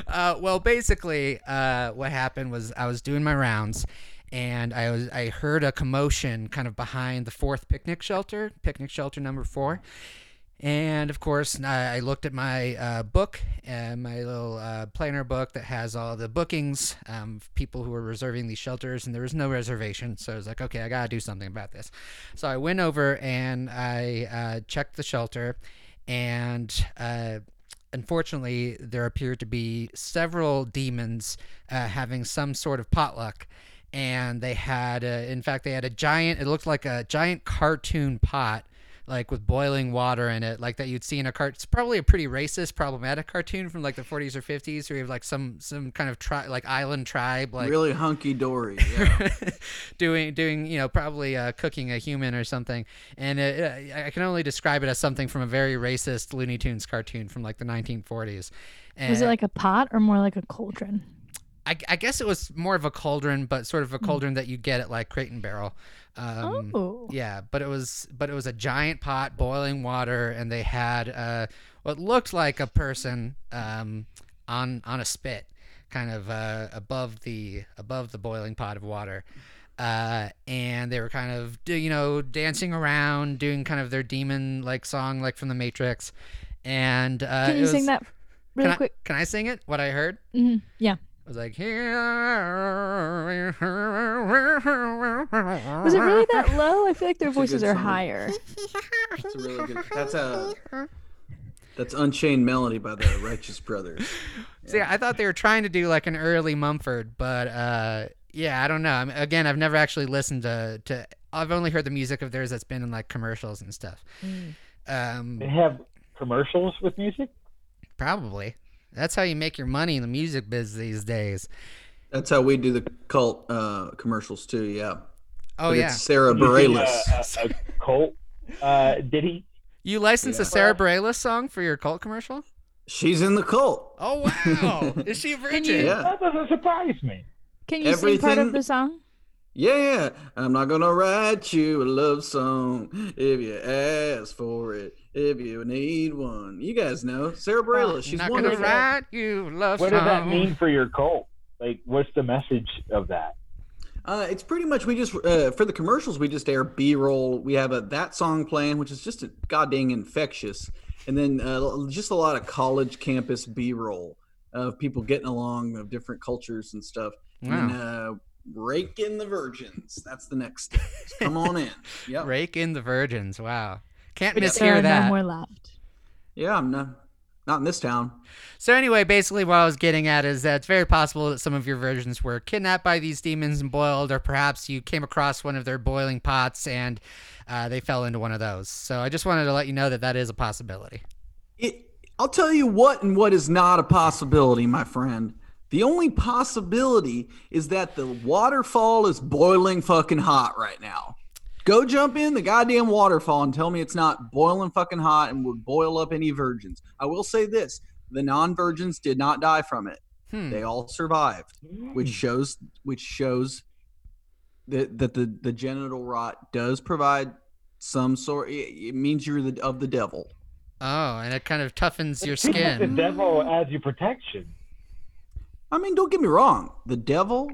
Speaker 1: Uh, well, basically, uh, what happened was I was doing my rounds, and I was I heard a commotion kind of behind the fourth picnic shelter, picnic shelter number four. And of course, I I looked at my uh, book, uh, my little uh, planner book that has all the bookings, um, of people who were reserving these shelters, and there was no reservation. So I was like, okay, I gotta do something about this. So I went over and I uh, checked the shelter, and uh, unfortunately, there appeared to be several demons uh, having some sort of potluck. And they had, uh, in fact, they had a giant, it looked like a giant cartoon pot, like with boiling water in it, like that you'd see in a cart. It's probably a pretty racist, problematic cartoon from like the 40s or 50s, where you have like some, some kind of tri- like island tribe, like
Speaker 4: really hunky dory. Yeah.
Speaker 1: doing doing you know probably uh, cooking a human or something and it, I I can only describe it as something from a very racist Looney Tunes cartoon from like the 1940s. And
Speaker 3: Was it like a pot or more like a cauldron?
Speaker 1: I, I guess it was more of a cauldron, but sort of a cauldron that you get at like Crate and Barrel. Um,
Speaker 3: Hmm. oh,
Speaker 1: yeah, but it was but it was a giant pot boiling water, and they had uh, what looked like a person um, on on a spit, kind of uh, above the above the boiling pot of water, uh, and they were kind of do- you know dancing around, doing kind of their demon like song like from the Matrix, and uh,
Speaker 3: can
Speaker 1: it
Speaker 3: you sing
Speaker 1: was-
Speaker 3: that
Speaker 1: can
Speaker 3: really
Speaker 1: I-
Speaker 3: quick?
Speaker 1: can I sing it? What I heard.
Speaker 3: hmm Yeah.
Speaker 1: I was like, was
Speaker 3: Was it really that low? I feel like their
Speaker 4: It's a
Speaker 3: voices
Speaker 4: good
Speaker 3: are
Speaker 4: song.
Speaker 3: higher.
Speaker 4: That's a really good. That's a. That's Unchained Melody by the Righteous Brothers.
Speaker 1: See, I thought they were trying to do like an early Mumford, but uh, yeah, I don't know. I mean, again, I've never actually listened to, to. I've only heard the music of theirs that's been in like commercials and stuff. Um,
Speaker 2: They have commercials with music.
Speaker 1: probably that's how you make your money in the music biz these days.
Speaker 4: That's how we do the cult uh, commercials too. Yeah.
Speaker 1: Oh
Speaker 4: But
Speaker 1: yeah,
Speaker 4: It's Sarah
Speaker 2: You think,
Speaker 4: Bareilles.
Speaker 2: uh, a, a cult. Uh, did he?
Speaker 1: you licensed a
Speaker 4: Yeah.
Speaker 1: Sarah Bareilles song for your cult commercial?
Speaker 4: She's in the cult.
Speaker 1: Oh wow, is she a virgin?
Speaker 4: Yeah.
Speaker 2: That doesn't surprise me.
Speaker 3: Can you sing part
Speaker 4: Everything-
Speaker 3: of the song?
Speaker 4: Yeah, yeah. I'm not gonna write you a love song if you ask for it. If you need one, you guys know Sarah Bareilles. She's
Speaker 1: not
Speaker 4: one
Speaker 1: gonna
Speaker 4: of
Speaker 1: write you love
Speaker 2: What does that
Speaker 1: song.
Speaker 2: mean for your cult? Like, what's the message of that?
Speaker 4: Uh, it's pretty much we just uh, for the commercials we just air B-roll. We have a that song playing, which is just a goddamn infectious, and then uh, just a lot of college campus B-roll of people getting along of different cultures and stuff. And
Speaker 1: Wow.
Speaker 4: then, uh, rake in the virgins. That's the next step. Just come on in. Yep.
Speaker 1: Rake in the virgins. Wow, can't
Speaker 4: Yeah.
Speaker 1: mishear
Speaker 3: There are
Speaker 1: that.
Speaker 3: no more left.
Speaker 4: Yeah, I'm not not in this town.
Speaker 1: So anyway, basically what I was getting at is that it's very possible that some of your virgins were kidnapped by these demons and boiled, or perhaps you came across one of their boiling pots and uh, they fell into one of those. So I just wanted to let you know that that is a possibility.
Speaker 4: It, I'll tell you what and what is not a possibility, my friend. The only possibility is that the waterfall is boiling fucking hot right now. Go jump in the goddamn waterfall and tell me it's not boiling fucking hot and would boil up any virgins. I will say this the non virgins did not die from it,
Speaker 1: Hmm.
Speaker 4: they all survived, which
Speaker 2: Hmm.
Speaker 4: shows, which shows that, that the, the genital rot does provide some sort, it, it means you're the, of the devil.
Speaker 1: Oh, and it kind of toughens your
Speaker 2: Seems like
Speaker 1: skin.
Speaker 2: The devil as your protection.
Speaker 4: I mean, don't get me wrong. The devil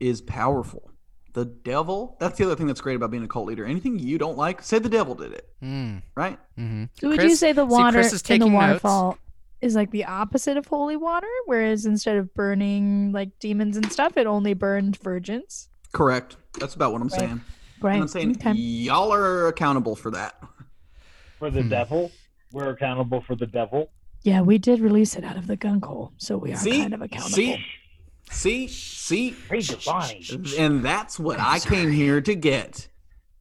Speaker 4: is powerful. The devil, that's the other thing that's great about being a cult leader. Anything you don't like, say the devil did it,
Speaker 1: Mm,
Speaker 4: right?
Speaker 1: hmm
Speaker 3: So would you
Speaker 1: Chris-
Speaker 3: say the
Speaker 1: see,
Speaker 3: water
Speaker 1: Chris is
Speaker 3: in the
Speaker 1: taking notes.
Speaker 3: waterfall is like the opposite of holy water? Whereas instead of burning like demons and stuff, it only burned virgins.
Speaker 4: Correct. That's about what I'm
Speaker 3: Right.
Speaker 4: saying.
Speaker 3: Right.
Speaker 4: And I'm saying
Speaker 3: okay.
Speaker 4: y'all are accountable for that.
Speaker 2: For the
Speaker 1: Hmm.
Speaker 2: devil, we're accountable for the devil.
Speaker 3: Yeah, we did release it out of the gunk hole, so we are
Speaker 4: See?
Speaker 3: kind of accountable.
Speaker 4: See? See, see,
Speaker 2: Hey, Giovanni.
Speaker 4: and that's what i came here to get.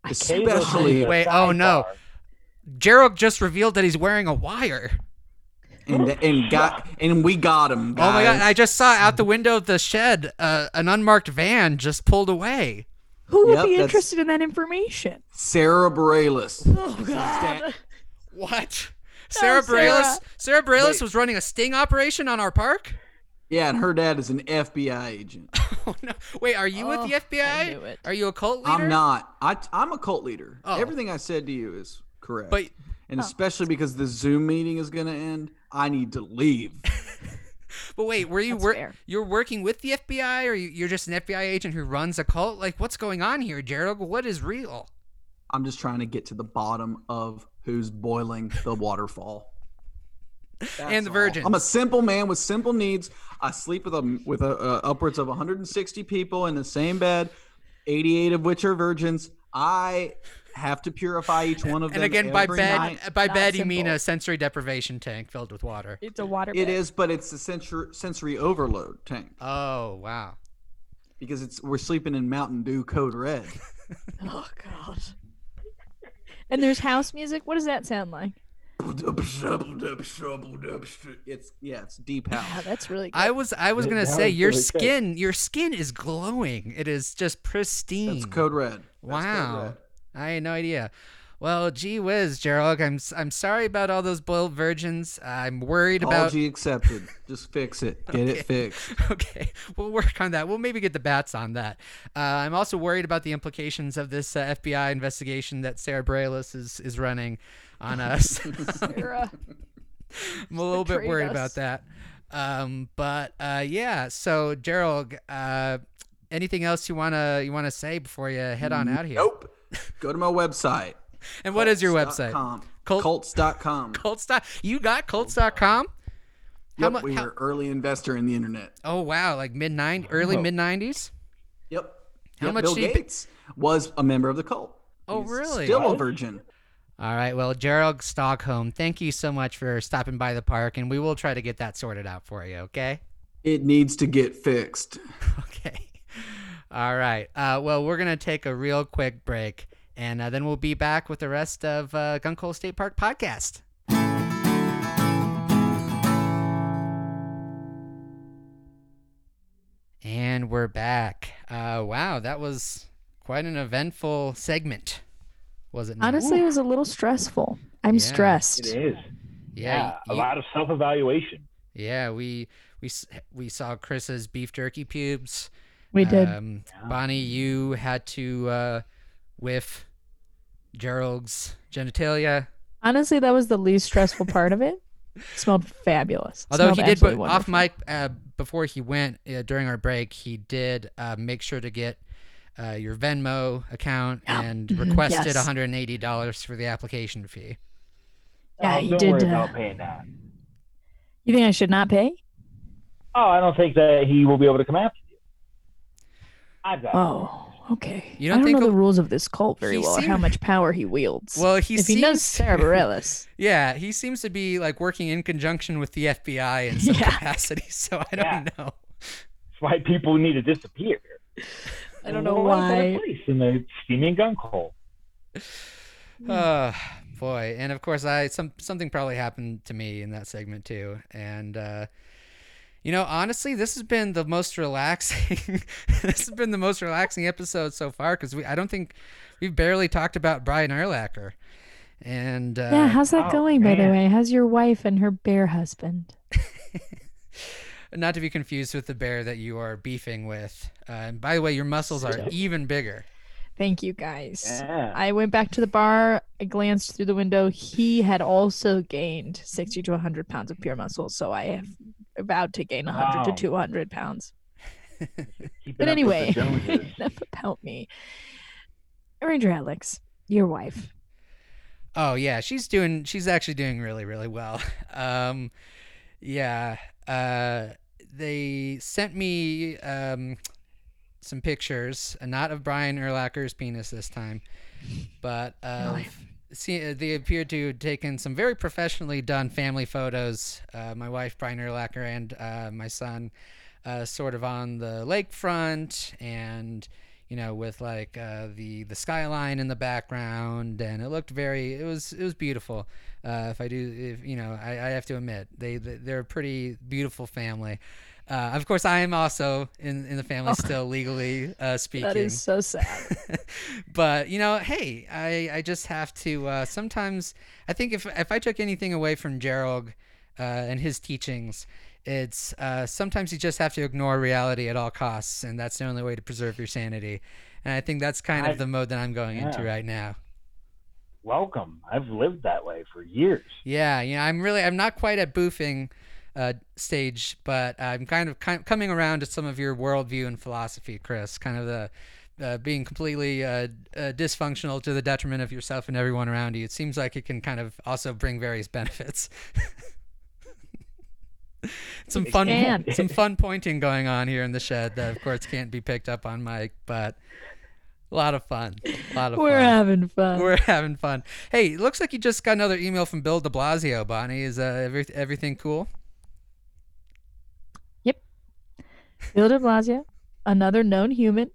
Speaker 2: Cable
Speaker 4: Especially,
Speaker 2: is a
Speaker 1: Wait, oh,
Speaker 2: sidebar.
Speaker 1: no. Gerald just revealed that he's wearing a wire.
Speaker 4: and and got and we got him.
Speaker 1: Oh my god!
Speaker 4: guys.
Speaker 1: I just saw out the window of the shed uh, an unmarked van just pulled away.
Speaker 3: Who would
Speaker 4: Yep,
Speaker 3: be
Speaker 4: that's-
Speaker 3: interested in that information?
Speaker 4: Sarah Bareilles.
Speaker 3: Oh God!
Speaker 1: What? Sarah
Speaker 3: Sarah.
Speaker 1: Bareilles. Sarah Bareilles
Speaker 4: Wait.
Speaker 1: was running a sting operation on our park.
Speaker 4: Yeah, and her dad is an FBI agent.
Speaker 1: Oh no! Wait, are you
Speaker 3: Oh,
Speaker 1: with the
Speaker 3: I knew
Speaker 1: FBI?
Speaker 3: it.
Speaker 1: Are you a cult leader?
Speaker 4: I'm not. I I'm a cult leader.
Speaker 1: Oh.
Speaker 4: Everything I said to you is correct.
Speaker 1: But uh,
Speaker 4: and especially because the Zoom meeting is going to end, I need to leave.
Speaker 1: but wait, were you
Speaker 3: That's
Speaker 1: wor-
Speaker 3: fair.
Speaker 1: you're working with the FBI, or you- you're just an FBI agent who runs a cult? Like, what's going on here, Gerald? What is real?
Speaker 4: I'm just trying to get to the bottom of who's boiling the waterfall. That's
Speaker 1: the
Speaker 4: all.
Speaker 1: virgins.
Speaker 4: I'm a simple man with simple needs. I sleep with a, with a, uh, upwards of 160 people in the same bed, 88 of which are virgins. I have to purify each one of them.
Speaker 1: And again, by
Speaker 4: every
Speaker 1: bed,
Speaker 4: night.
Speaker 1: by
Speaker 3: Not
Speaker 1: bed, you mean
Speaker 3: simple.
Speaker 1: a sensory deprivation tank filled with water.
Speaker 3: It's a water.
Speaker 4: it is, but it's a sensory, sensory overload tank
Speaker 1: Oh wow!
Speaker 4: because it's we're sleeping in Mountain Dew Code Red.
Speaker 3: Oh God! And there's house music. What does that sound like?
Speaker 4: it's yeah, it's deep
Speaker 3: Wow,
Speaker 4: house.
Speaker 3: that's really. Good.
Speaker 1: I was I was
Speaker 2: Yeah,
Speaker 1: gonna
Speaker 2: that
Speaker 1: say
Speaker 2: was
Speaker 1: your
Speaker 2: really good.
Speaker 1: skin your skin is glowing. It is just pristine.
Speaker 4: That's Code Red. That's Code
Speaker 1: Wow.
Speaker 4: Red.
Speaker 1: I had no idea. Well, gee whiz, Gerald. I'm s- I'm sorry about all those boiled virgins. I'm worried about.
Speaker 4: Apology accepted. Just fix it. Get it fixed.
Speaker 1: Okay, we'll work on that. We'll maybe get the bats on that. Uh, I'm also worried about the implications of this uh, FBI investigation that Sarah Bareilles is is running on us.
Speaker 3: Sarah.
Speaker 1: I'm a little bit
Speaker 3: betrayed
Speaker 1: worried about
Speaker 3: us.
Speaker 1: that. Um, but uh, yeah. So Gerald, uh, anything else you wanna you wanna say before you head on out here?
Speaker 4: Nope. Go to my website.
Speaker 1: And what is your website?
Speaker 4: Cults.com.
Speaker 1: Cult-
Speaker 4: Cults.com.
Speaker 1: Colts.com. You got Colts.com?
Speaker 4: Yep,
Speaker 1: mu-
Speaker 4: we were early investor in the internet.
Speaker 1: Oh wow, like mid nine, early
Speaker 2: Wow.
Speaker 1: mid nineties.
Speaker 4: Yep.
Speaker 1: How
Speaker 4: Yep,
Speaker 1: much
Speaker 4: Bill
Speaker 1: do you pay-
Speaker 4: Gates was a member of the cult.
Speaker 1: Oh,
Speaker 4: He's
Speaker 1: really?
Speaker 4: Still a virgin.
Speaker 1: All right, well, Gerald Stockholm, thank you so much for stopping by the park, and we will try to get that sorted out for you. Okay.
Speaker 4: It needs to get fixed.
Speaker 1: Okay. All right. Uh, well, we're gonna take a real quick break, and uh, then we'll be back with the rest of uh, Gun Coal State Park podcast. And we're back. Uh, wow, that was quite an eventful segment, was it? not?
Speaker 3: Honestly, it was a little stressful. I'm
Speaker 1: Yeah.
Speaker 3: stressed.
Speaker 2: It is.
Speaker 1: yeah,
Speaker 2: Yeah.
Speaker 1: you-
Speaker 2: a
Speaker 1: you-
Speaker 2: lot of self evaluation.
Speaker 1: yeah. We we s- we saw Chris's beef jerky pubes.
Speaker 3: We did.
Speaker 1: Um,
Speaker 2: Yeah.
Speaker 1: Bonnie, you had to uh, whiff Gerald's genitalia.
Speaker 3: Honestly, that was the least stressful part of it. Smelled fabulous.
Speaker 1: Although
Speaker 3: Smelled
Speaker 1: he did, but
Speaker 3: absolutely
Speaker 1: off
Speaker 3: wonderful.
Speaker 1: mic uh, before he went uh, during our break, he did uh, make sure to get uh, your Venmo account
Speaker 3: Yeah.
Speaker 1: and
Speaker 3: Mhm.
Speaker 1: requested
Speaker 3: Yes.
Speaker 1: $180 for the application fee.
Speaker 3: Yeah,
Speaker 2: oh,
Speaker 3: he
Speaker 2: don't
Speaker 3: did,
Speaker 2: worry
Speaker 3: uh,
Speaker 2: about paying that.
Speaker 3: You think I should not pay?
Speaker 2: Oh, I don't think that he will be able to come after you. I've got.
Speaker 3: Oh, okay.
Speaker 1: You
Speaker 3: I
Speaker 1: don't
Speaker 3: don't
Speaker 1: think
Speaker 3: know
Speaker 1: a-
Speaker 3: the rules of this cult very
Speaker 1: He
Speaker 3: well or how
Speaker 1: seemed-
Speaker 3: much power he wields.
Speaker 1: Well, he
Speaker 3: if
Speaker 1: seems
Speaker 3: he knows Sarah Bareilles,
Speaker 1: yeah, he seems to be like working in conjunction with the FBI in some
Speaker 3: Yeah.
Speaker 1: capacity. So I don't
Speaker 2: Yeah.
Speaker 1: know.
Speaker 2: That's why people need to disappear.
Speaker 3: I don't know
Speaker 2: What a better
Speaker 3: why.
Speaker 2: place in the steaming gun coal.
Speaker 1: Oh boy! And of course, I some something probably happened to me in that segment too. And uh, you know, honestly, this has been the most relaxing. this has been the most relaxing episode so far because we I don't think we've barely talked about Brian Erlacher. And uh,
Speaker 3: yeah, how's that
Speaker 2: oh,
Speaker 3: going, by the
Speaker 2: man.
Speaker 3: way? How's your wife and her bear husband?
Speaker 1: not to be confused with the bear that you are beefing with. Uh, and by the way, your muscles are even bigger.
Speaker 3: Thank you, guys.
Speaker 2: Yeah.
Speaker 3: I went back to the bar. I glanced through the window. He had also gained 60 to 100 pounds of pure muscle. So I have vowed to gain 100
Speaker 2: Wow.
Speaker 3: to 200 pounds.
Speaker 2: Keeping
Speaker 3: But
Speaker 2: up with
Speaker 3: anyway,
Speaker 2: the Joneses.
Speaker 3: enough about me. Ranger Alex, your wife.
Speaker 1: Oh yeah, she's doing. She's actually doing really, really well. Um, yeah. Uh, they sent me um, some pictures, uh, not of Brian Erlacher's penis this time, but uh, see, they appeared to have taken some very professionally done family photos. Uh, my wife, Brian Erlacher, and uh, my son. uh, sort of on the lakefront and you know with like uh, the the skyline in the background and it looked very it was it was beautiful uh, if i do if you know i, I have to admit they they- they're a pretty beautiful family uh, of course i am also in in the family
Speaker 3: Oh.
Speaker 1: still legally uh, speaking
Speaker 3: That is so sad.
Speaker 1: but you know, hey, I, I just have to. Uh, sometimes I think if if I took anything away from Gerald uh, and his teachings, it's uh, sometimes you just have to ignore reality at all costs, and that's the only way to preserve your sanity. And I think that's kind
Speaker 2: I-
Speaker 1: of the mode that I'm going into
Speaker 2: Yeah.
Speaker 1: right now.
Speaker 2: Welcome. I've lived that way for years.
Speaker 1: Yeah, you know, I'm really I'm not quite at boofing uh, stage, but I'm kind of kind coming around to some of your worldview and philosophy, Chris. Kind of the uh, being completely uh, uh, dysfunctional to the detriment of yourself and everyone around you. It seems like it can kind of also bring various benefits. some
Speaker 2: It
Speaker 1: fun,
Speaker 3: can.
Speaker 1: some fun pointing going on here in the shed that, of course, can't be picked up on mic, but a lot of fun. A lot of
Speaker 3: We're
Speaker 1: fun.
Speaker 3: having fun.
Speaker 1: We're having fun. Hey, it looks like you just got another email from Bill De Blasio. Bonnie, is uh, every, everything cool?
Speaker 3: Bill de Blasio, another known human,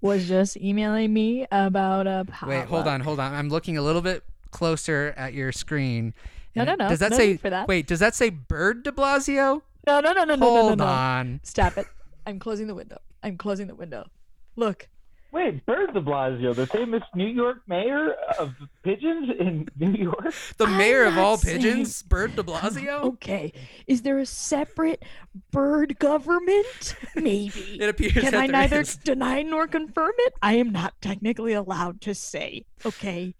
Speaker 3: was just emailing me about a potluck.
Speaker 1: Wait, hold on, hold on. I'm looking a little bit closer at your screen.
Speaker 3: No,
Speaker 1: And
Speaker 3: no,
Speaker 1: it-
Speaker 3: no.
Speaker 1: Does that
Speaker 3: No
Speaker 1: say?
Speaker 3: need for that.
Speaker 1: Wait, does that say Bird De Blasio?
Speaker 3: No, no, no, no, no,
Speaker 1: hold
Speaker 3: no, no, no.
Speaker 1: on.
Speaker 3: Stop it. I'm closing the window. I'm closing the window. Look,
Speaker 2: Wait, Bird de Blasio, the famous New York mayor of pigeons in New York?
Speaker 1: The
Speaker 3: I'm
Speaker 1: mayor of
Speaker 3: not
Speaker 1: all
Speaker 3: saying- Oh,
Speaker 1: pigeons, Bird De Blasio.
Speaker 3: okay. Is there a separate bird government? Maybe.
Speaker 1: It appears
Speaker 3: Can
Speaker 1: that
Speaker 3: I
Speaker 1: there
Speaker 3: neither
Speaker 1: is.
Speaker 3: deny nor confirm it? I am not technically allowed to say. Okay.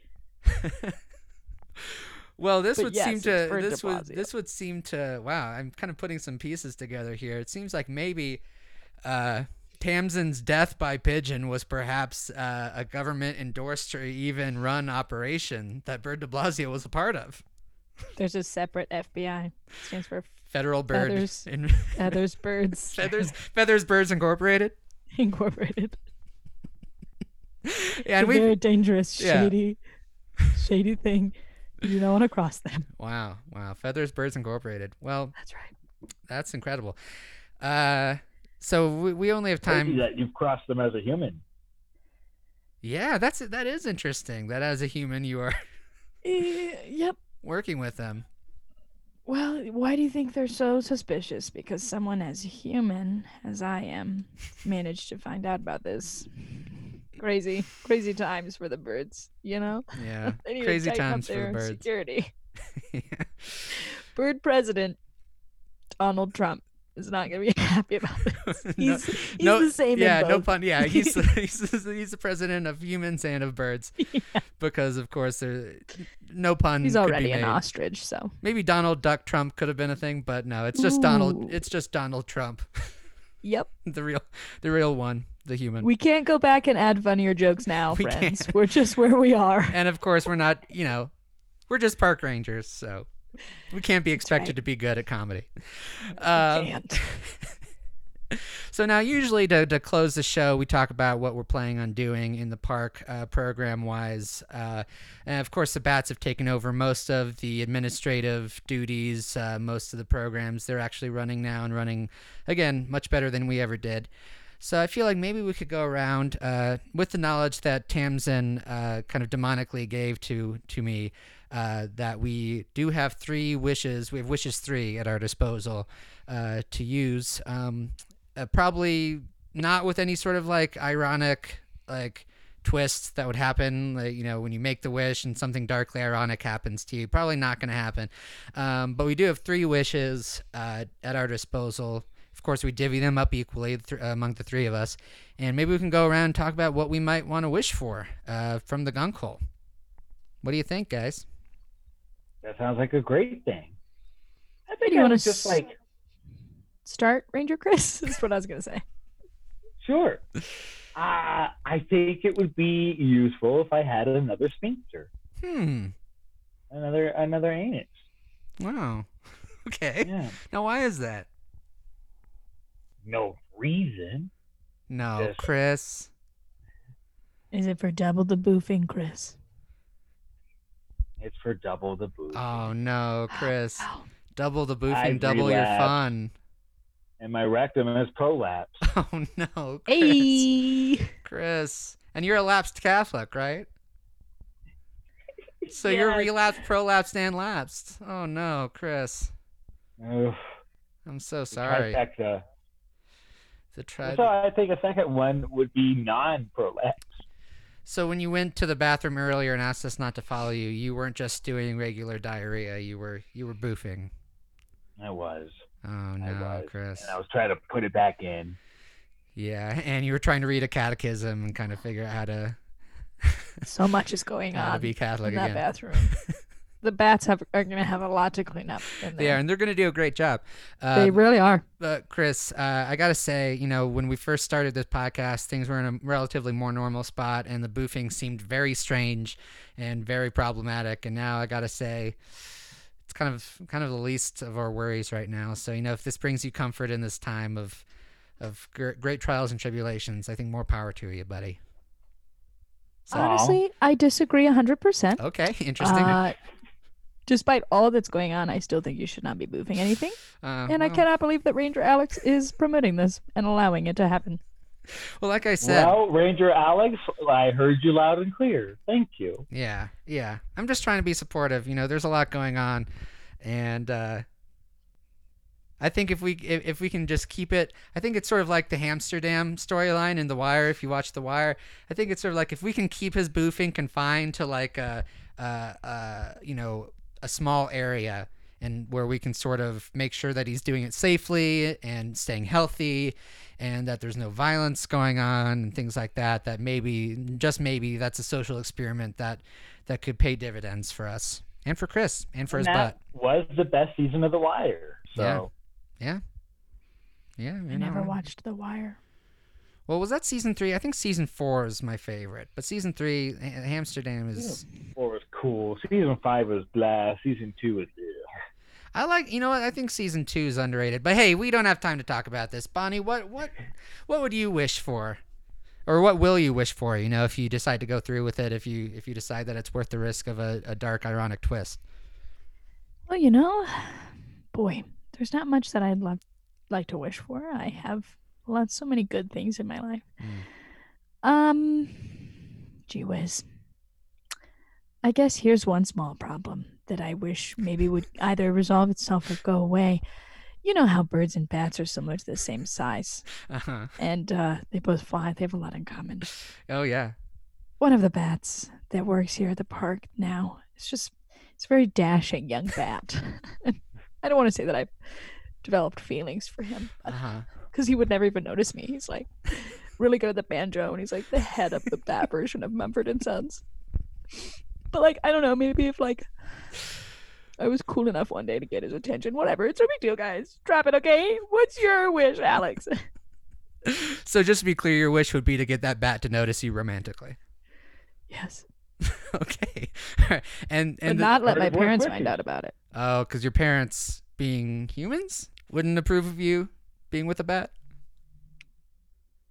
Speaker 1: Well, this
Speaker 3: But
Speaker 1: would
Speaker 3: yes,
Speaker 1: seem
Speaker 3: it's
Speaker 1: to
Speaker 3: Bird de
Speaker 1: this would
Speaker 3: Blasio.
Speaker 1: this would seem to wow. I'm kind of putting some pieces together here. It seems like maybe uh, Tamsin's death by pigeon was perhaps uh, a government endorsed or even run operation that Bird de Blasio was a part of.
Speaker 3: There's a separate FBI. Stands for
Speaker 1: Federal Bird
Speaker 3: Feathers.
Speaker 1: in-
Speaker 3: Feathers Uh, Birds
Speaker 1: Feathers Feathers Birds Incorporated.
Speaker 3: Incorporated.
Speaker 1: Yeah, and
Speaker 3: It's a
Speaker 1: we
Speaker 3: very dangerous,
Speaker 1: Yeah.
Speaker 3: shady, shady thing. You don't want to cross them.
Speaker 1: wow wow Feathers Birds Incorporated. Well,
Speaker 3: That's right.
Speaker 1: that's incredible. Uh, so we, we only have
Speaker 2: Crazy
Speaker 1: time.
Speaker 2: that you've crossed them as a human.
Speaker 1: Yeah, that's that is interesting. That as a human you are
Speaker 3: Eh, yep.
Speaker 1: working with them.
Speaker 3: Well, why do you think they're so suspicious? Because someone as human as I am managed to find out about this. Crazy, crazy times for the birds, you know?
Speaker 1: Yeah.
Speaker 3: They need to
Speaker 1: Crazy
Speaker 3: tighten up
Speaker 1: times for the
Speaker 3: their
Speaker 1: birds.
Speaker 3: Security. Bird president Donald Trump is not going to be happy about this.
Speaker 1: No-
Speaker 3: He's, he's
Speaker 1: no-
Speaker 3: the same
Speaker 1: yeah,
Speaker 3: in
Speaker 1: no
Speaker 3: both.
Speaker 1: pun. Yeah, he's he's he's the president of humans and of birds, because of course there, no pun.
Speaker 3: he's
Speaker 1: could be
Speaker 3: already an
Speaker 1: made.
Speaker 3: ostrich, so
Speaker 1: Maybe Donald Duck Trump could have been a thing, but no, it's just Donald.
Speaker 3: Ooh.
Speaker 1: It's just Donald Trump,
Speaker 3: yep.
Speaker 1: the real, the real one, the human.
Speaker 3: We can't go back and add funnier jokes now,
Speaker 1: We
Speaker 3: friends. We're just where we are.
Speaker 1: and of course, we're not. You know, we're just park rangers, so we can't be expected
Speaker 3: right.
Speaker 1: to be good at comedy. Um,
Speaker 3: Can't.
Speaker 1: So now, usually to, to close the show, we talk about what we're planning on doing in the park, uh, program-wise. Uh, and of course, the bats have taken over most of the administrative duties, uh, most of the programs they're actually running now, and running again much better than we ever did. So I feel like maybe we could go around uh, with the knowledge that Tamsin uh, kind of demonically gave to to me uh, that we do have three wishes. We have wishes three at our disposal uh, to use. Um, uh, probably not with any sort of like ironic like twist that would happen like you know when you make the wish and something darkly ironic happens to you probably not going to happen um, but we do have three wishes uh, at our disposal of course we divvy them up equally th- uh, among the three of us and maybe we can go around and talk about what we might want to wish for uh, from the gunk hole what do you think guys
Speaker 2: That sounds like a great thing. I think
Speaker 3: you
Speaker 2: I
Speaker 3: wanna
Speaker 2: would just
Speaker 3: s-
Speaker 2: like,
Speaker 3: Start Ranger Chris is what I was gonna say.
Speaker 2: sure. Uh, I think it would be useful if I had another sphincter,
Speaker 1: hmm
Speaker 2: another another anus.
Speaker 1: wow okay
Speaker 2: Yeah.
Speaker 1: now why is that
Speaker 2: No reason.
Speaker 1: no
Speaker 2: Yes.
Speaker 1: chris
Speaker 3: Is it for double the boofing, Chris?
Speaker 2: It's for double the booze.
Speaker 1: oh no chris
Speaker 3: Oh,
Speaker 2: Ah,
Speaker 1: Double the
Speaker 2: I
Speaker 1: boofing,
Speaker 2: agree
Speaker 1: double your
Speaker 2: that.
Speaker 1: fun.
Speaker 2: and my rectum has prolapsed.
Speaker 1: Oh no, Chris.
Speaker 3: Hey.
Speaker 1: Chris, and you're a lapsed Catholic, right? So you're
Speaker 3: Yes.
Speaker 1: relapsed, prolapsed, and lapsed. Oh no, Chris.
Speaker 2: Ugh,
Speaker 1: I'm so
Speaker 2: the
Speaker 1: sorry.
Speaker 2: Trifecta.
Speaker 1: The tri-
Speaker 2: So I think a second one would be non-prolapse.
Speaker 1: So when you went to the bathroom earlier and asked us not to follow you, you weren't just doing regular diarrhea. You were you were boofing.
Speaker 2: I was,
Speaker 1: Oh no,
Speaker 2: was,
Speaker 1: Chris.
Speaker 2: and I was trying to put it back in.
Speaker 1: Yeah, and you were trying to read a catechism and kind of figure out how to
Speaker 3: So much is going
Speaker 1: how to
Speaker 3: on
Speaker 1: be Catholic
Speaker 3: in that
Speaker 1: again.
Speaker 3: bathroom. the bats have, are going to have a lot to clean up in
Speaker 1: They are,
Speaker 3: there.
Speaker 1: and they're going to do a great job.
Speaker 3: they
Speaker 1: Um,
Speaker 3: really are.
Speaker 1: but Chris, uh, I gotta say, you know, when we first started this podcast, things were in a relatively more normal spot, and the boofing seemed very strange and very problematic. And now I gotta say, it's kind of kind of the least of our worries right now. So you know, if this brings you comfort in this time of of gr- great trials and tribulations, I think more power to you, buddy. So-
Speaker 2: Aw.
Speaker 3: Honestly, I disagree 100%.
Speaker 1: Okay, Oh, interesting.
Speaker 3: Uh, despite all that's going on, I still think you should not be moving anything.
Speaker 1: Uh,
Speaker 3: And I
Speaker 1: well-
Speaker 3: cannot believe that Ranger Alex is promoting this and allowing it to happen.
Speaker 1: Well, like I said,
Speaker 2: Well, Ranger Alex, I heard you loud and clear. Thank you.
Speaker 1: Yeah, yeah. I'm just trying to be supportive. You know, there's a lot going on, and uh, I think if we if, if we can just keep it, I think it's sort of like the Hamsterdam storyline in The Wire. If you watch The Wire, I think it's sort of like if we can keep his boofing confined to like a, a, a you know a small area. And where we can sort of make sure that he's doing it safely and staying healthy, and that there's no violence going on and things like that. That maybe, just maybe, that's a social experiment that that could pay dividends for us and for Chris and for his
Speaker 2: And
Speaker 1: butt.
Speaker 2: that was the best season of The Wire. So
Speaker 1: Yeah. Yeah,
Speaker 3: I
Speaker 1: you
Speaker 3: never
Speaker 1: know.
Speaker 3: watched The Wire.
Speaker 1: Well, was that season three? I think season four is my favorite, but season three, Ha- Amsterdam is.
Speaker 2: four was cool. Season five was blah. Season two was ugh.
Speaker 1: I like. You know what? I think season two is underrated. But hey, we don't have time to talk about this, Bonnie. What what what would you wish for? Or what will you wish for? You know, if you decide to go through with it, if you if you decide that it's worth the risk of a, a dark, ironic twist.
Speaker 3: Well, you know, boy, there's not much that I'd love, like to wish for. I have lots, so many good things in my life. Um, gee whiz. I guess here's one small problem that I wish maybe would either resolve itself or go away. You know how birds and bats are similar to the same size,
Speaker 1: Uh huh.
Speaker 3: and uh, they both fly. They have a lot in common.
Speaker 1: Oh yeah.
Speaker 3: One of the bats that works here at the park now. It's just, it's a very dashing young bat. I don't want to say that I've developed feelings for him,
Speaker 1: Uh huh.
Speaker 3: because he would never even notice me. He's like really good at the banjo, and he's like the head of the bat version of Mumford and Sons. But like, I don't know, maybe if like I was cool enough one day to get his attention, whatever. It's no big deal, guys. Drop it, okay? What's your wish, Alex?
Speaker 1: So just to be clear, your wish would be to get that bat to notice you romantically.
Speaker 3: yes,
Speaker 1: okay. and
Speaker 3: and
Speaker 1: and the-
Speaker 3: not let my
Speaker 2: Bird work
Speaker 3: parents
Speaker 2: with
Speaker 3: find
Speaker 2: you.
Speaker 3: out about it.
Speaker 1: oh, because your parents, being humans, wouldn't approve of you being with a bat.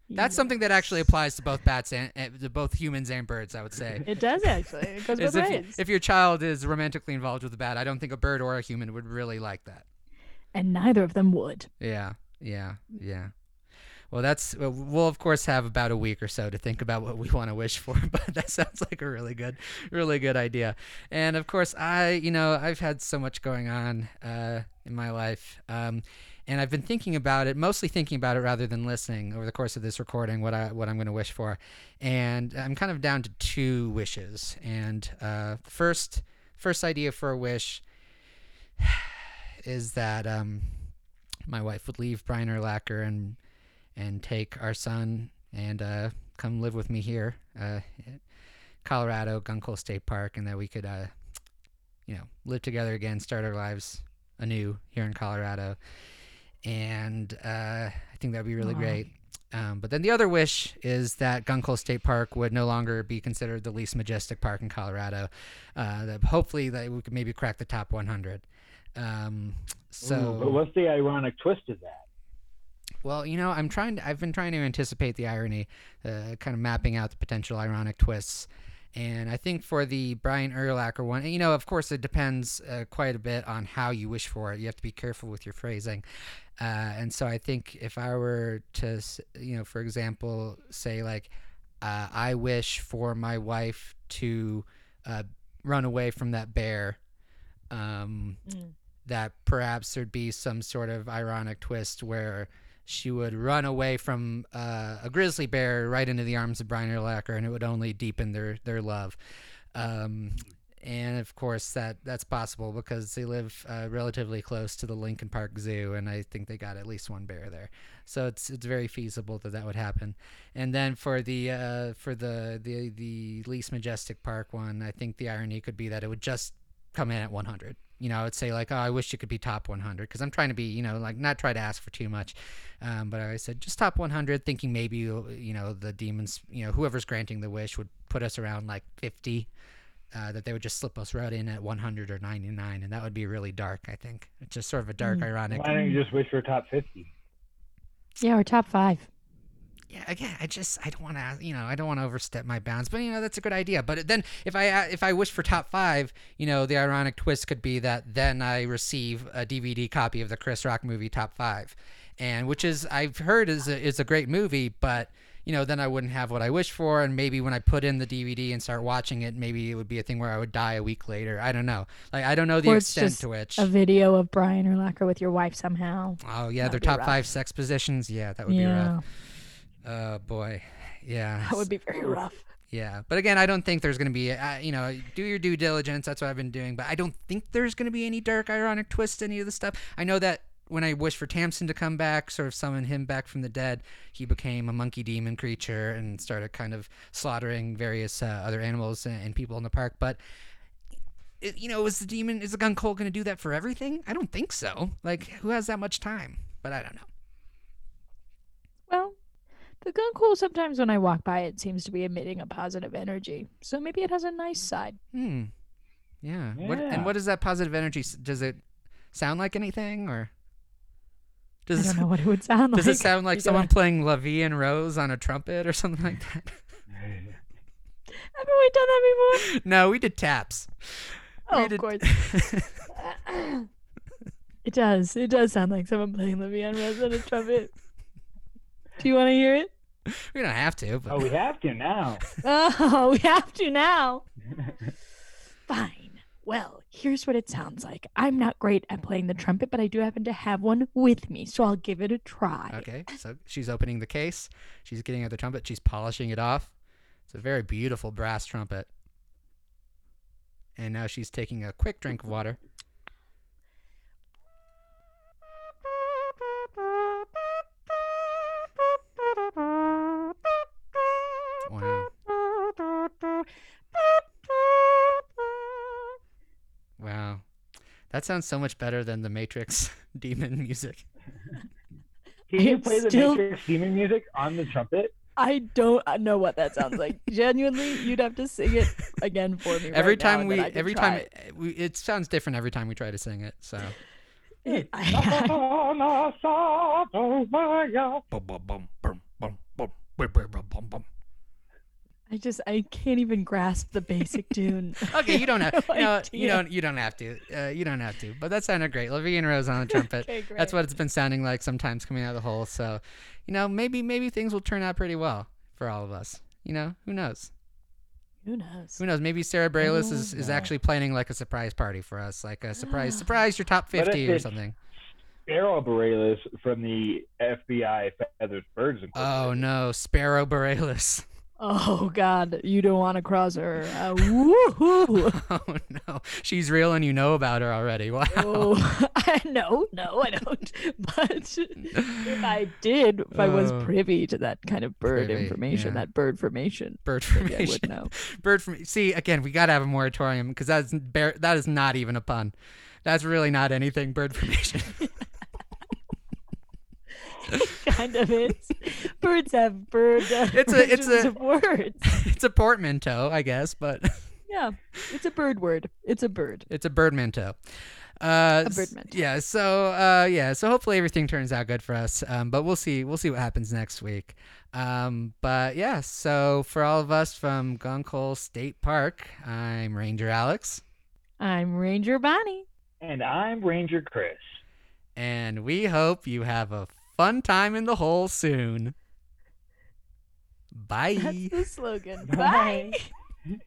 Speaker 1: That's something that actually
Speaker 3: Yes.
Speaker 1: applies to both bats and, and to both humans and birds. I would say.
Speaker 3: It does actually. It goes
Speaker 1: Is
Speaker 3: both
Speaker 1: if,
Speaker 3: ways.
Speaker 1: if your child is romantically involved with a bat, I don't think a bird or a human would really like that.
Speaker 3: and neither of them would.
Speaker 1: Yeah, yeah, yeah. Well, that's well, we'll of course have about a week or so to think about what we want to wish for, but that sounds like a really good, really good idea. And of course, I, you know, I've had so much going on uh, in my life, um, and I've been thinking about it, mostly thinking about it rather than listening over the course of this recording. What I what I'm going to wish for, and I'm kind of down to two wishes. And uh, first, first idea for a wish is that. Um, my wife would leave Brian Erlacher and and take our son and uh, come live with me here, uh, Colorado, Gunkel State Park, and that we could, uh, you know, live together again, start our lives anew here in Colorado. And uh, I think that would be really
Speaker 3: Aw.
Speaker 1: great. Um, but then the other wish is that Gunkel State Park would no longer be considered the least majestic park in Colorado. Uh, that hopefully that we could maybe crack the top 100. Um, so
Speaker 2: Ooh, but what's the ironic twist of that?
Speaker 1: well, you know, I'm trying. To, I've been trying to anticipate the irony, uh, kind of mapping out the potential ironic twists. And I think for the Brian Urlacher one, you know, of course, it depends uh, quite a bit on how you wish for it. You have to be careful with your phrasing. Uh, and so I think if I were to, s- you know, for example, say like, uh, I wish for my wife to uh, run away from that bear. Um,
Speaker 3: Mm.
Speaker 1: That perhaps there'd be some sort of ironic twist where she would run away from uh, a grizzly bear right into the arms of Brian Erlacher, and it would only deepen their their love. Um, and of course, that that's possible because they live uh, relatively close to the Lincoln Park Zoo, and I think they got at least one bear there. So it's it's very feasible that that would happen. And then for the uh, for the, the the least majestic park one, I think the irony could be that it would just come in at 100. You know, I would say like, oh, I wish it could be top 100 because I'm trying to be, you know, like not try to ask for too much. Um, but I said just top 100, thinking maybe you know the demons, you know, whoever's granting the wish would put us around like 50. Uh, that they would just slip us right in at 100 or 99, and that would be really dark. I think it's just sort of a dark,
Speaker 3: Mm.
Speaker 1: ironic.
Speaker 2: Why don't you just wish for top 50?
Speaker 3: Yeah, or top five.
Speaker 1: yeah again i just i don't want to you know i don't want to overstep my bounds but you know that's a good idea but then if i uh, if i wish for top five you know the ironic twist could be that then i receive a dvd copy of the chris rock movie top five and which is i've heard is a, is a great movie but you know then i wouldn't have what i wish for and maybe when i put in the dvd and start watching it maybe it would be a thing where i would die a week later i don't know like i don't know the
Speaker 3: Or it's
Speaker 1: extent
Speaker 3: just
Speaker 1: to which
Speaker 3: A video of Brian Urlacher with your wife somehow.
Speaker 1: oh yeah
Speaker 3: that'd
Speaker 1: their
Speaker 3: be
Speaker 1: top
Speaker 3: rough.
Speaker 1: five sex positions yeah that would be rough
Speaker 3: yeah,
Speaker 1: oh boy yeah
Speaker 3: that would be very rough.
Speaker 1: Yeah, but again, I don't think there's going to be, uh, you know, do your due diligence. That's what I've been doing, but I don't think there's going to be any dark, ironic twist to any of the stuff. I know that when I wish for Tamsin to come back, sort of summon him back from the dead, he became a monkey demon creature and started kind of slaughtering various uh, other animals and, and people in the park. But it, you know, is the demon is the gun Cole going to do that for everything? I don't think so. Like, who has that much time? But I don't know.
Speaker 3: Well, the Gunkole sometimes when I walk by it seems to be emitting a positive energy. So maybe it has a nice side.
Speaker 1: Hmm. Yeah. What,
Speaker 2: Yeah.
Speaker 1: and what does that positive energy? s- Does it sound like anything, or
Speaker 3: I
Speaker 1: does
Speaker 3: don't
Speaker 1: it,
Speaker 3: know what it would sound like.
Speaker 1: does it sound like
Speaker 3: You
Speaker 1: someone
Speaker 3: gotta-
Speaker 1: playing La Vie and Rose on a trumpet or something like that?
Speaker 3: Haven't we done that before?
Speaker 1: no, we did taps. We
Speaker 3: Oh, of
Speaker 1: did-
Speaker 3: course. it does. It does sound like someone playing the Levian Rose on a trumpet. Do you want to hear it?
Speaker 1: we don't have to, but
Speaker 2: Oh, we have to now.
Speaker 3: Oh, we have to now. Fine. Well, here's what it sounds like. I'm not great at playing the trumpet, but I do happen to have one with me, so I'll give it a try.
Speaker 1: okay. So she's opening the case. She's getting out the trumpet. She's polishing it off. It's a very beautiful brass trumpet. And now she's taking a quick drink of water. Wow. Wow. That sounds so much better than the Matrix demon music.
Speaker 2: Can
Speaker 3: I
Speaker 2: you
Speaker 3: am
Speaker 2: play the
Speaker 3: still-
Speaker 2: Matrix demon music on the trumpet?
Speaker 3: I don't know what that sounds like. Genuinely, you'd have to sing it again for me.
Speaker 1: every
Speaker 3: right now,
Speaker 1: time
Speaker 3: and
Speaker 1: we
Speaker 3: then I can
Speaker 1: every
Speaker 3: try
Speaker 1: time
Speaker 3: it.
Speaker 1: it, we, it sounds different every time we try to sing it. So
Speaker 3: It- I-
Speaker 1: Bum, bum, bum, bum, bum, bum, bum, bum, bum, bum, bum.
Speaker 3: I just I can't even grasp the basic tune.
Speaker 1: Okay, you don't have
Speaker 3: No
Speaker 1: you, know, you
Speaker 3: idea.
Speaker 1: don't you don't have to. Uh, you don't have to. But that sounded great. Levy and Rose on the trumpet.
Speaker 3: Okay, great.
Speaker 1: That's what it's been sounding like sometimes coming out of the hole. So, you know, maybe maybe things will turn out pretty well for all of us. You know, who knows?
Speaker 3: Who knows?
Speaker 1: Who knows? Maybe Sarah Bareilles is, is
Speaker 2: no.
Speaker 3: Oh,
Speaker 1: actually planning like a surprise party for us, like a surprise, surprise, your top
Speaker 2: if
Speaker 1: fifty or
Speaker 2: it's-
Speaker 1: something.
Speaker 2: Errol Bareilles from the FBI Feathers Birds. Incorporated.
Speaker 1: Oh no, Sparrow Bareilles.
Speaker 3: Oh God, you don't want to cross her. Uh, woohoo!
Speaker 1: Oh no, she's real and you know about her already. Wow.
Speaker 3: Oh, I, no, no, I don't. But if I did, if I was
Speaker 1: Oh.
Speaker 3: privy to that kind of bird
Speaker 1: Privy,
Speaker 3: information,
Speaker 1: yeah.
Speaker 3: that bird formation,
Speaker 1: Bird
Speaker 3: maybe I
Speaker 1: formation.
Speaker 3: would know.
Speaker 1: Bird from see again. We gotta have a moratorium because that's bare, that is not even a pun. That's really not anything. Bird formation.
Speaker 3: kind of is. Birds have bird. Uh,
Speaker 1: It's a- it's
Speaker 3: origins
Speaker 1: a-
Speaker 3: of words.
Speaker 1: it's a portmanteau, I guess, but
Speaker 3: Yeah, it's a bird word. It's a bird.
Speaker 1: it's a birdmanteau. Uh,
Speaker 3: A
Speaker 1: s-
Speaker 3: birdmanteau.
Speaker 1: Yeah. So uh, yeah. So hopefully everything turns out good for us. Um, but we'll see. We'll see what happens next week. Um, but yeah. So for all of us from Gunkel State Park, I'm Ranger Alex.
Speaker 3: I'm Ranger Bonnie.
Speaker 2: And I'm Ranger Chris.
Speaker 1: and we hope you have a fun time in the hole soon. Bye.
Speaker 3: That's the slogan.
Speaker 2: Bye.
Speaker 3: Bye.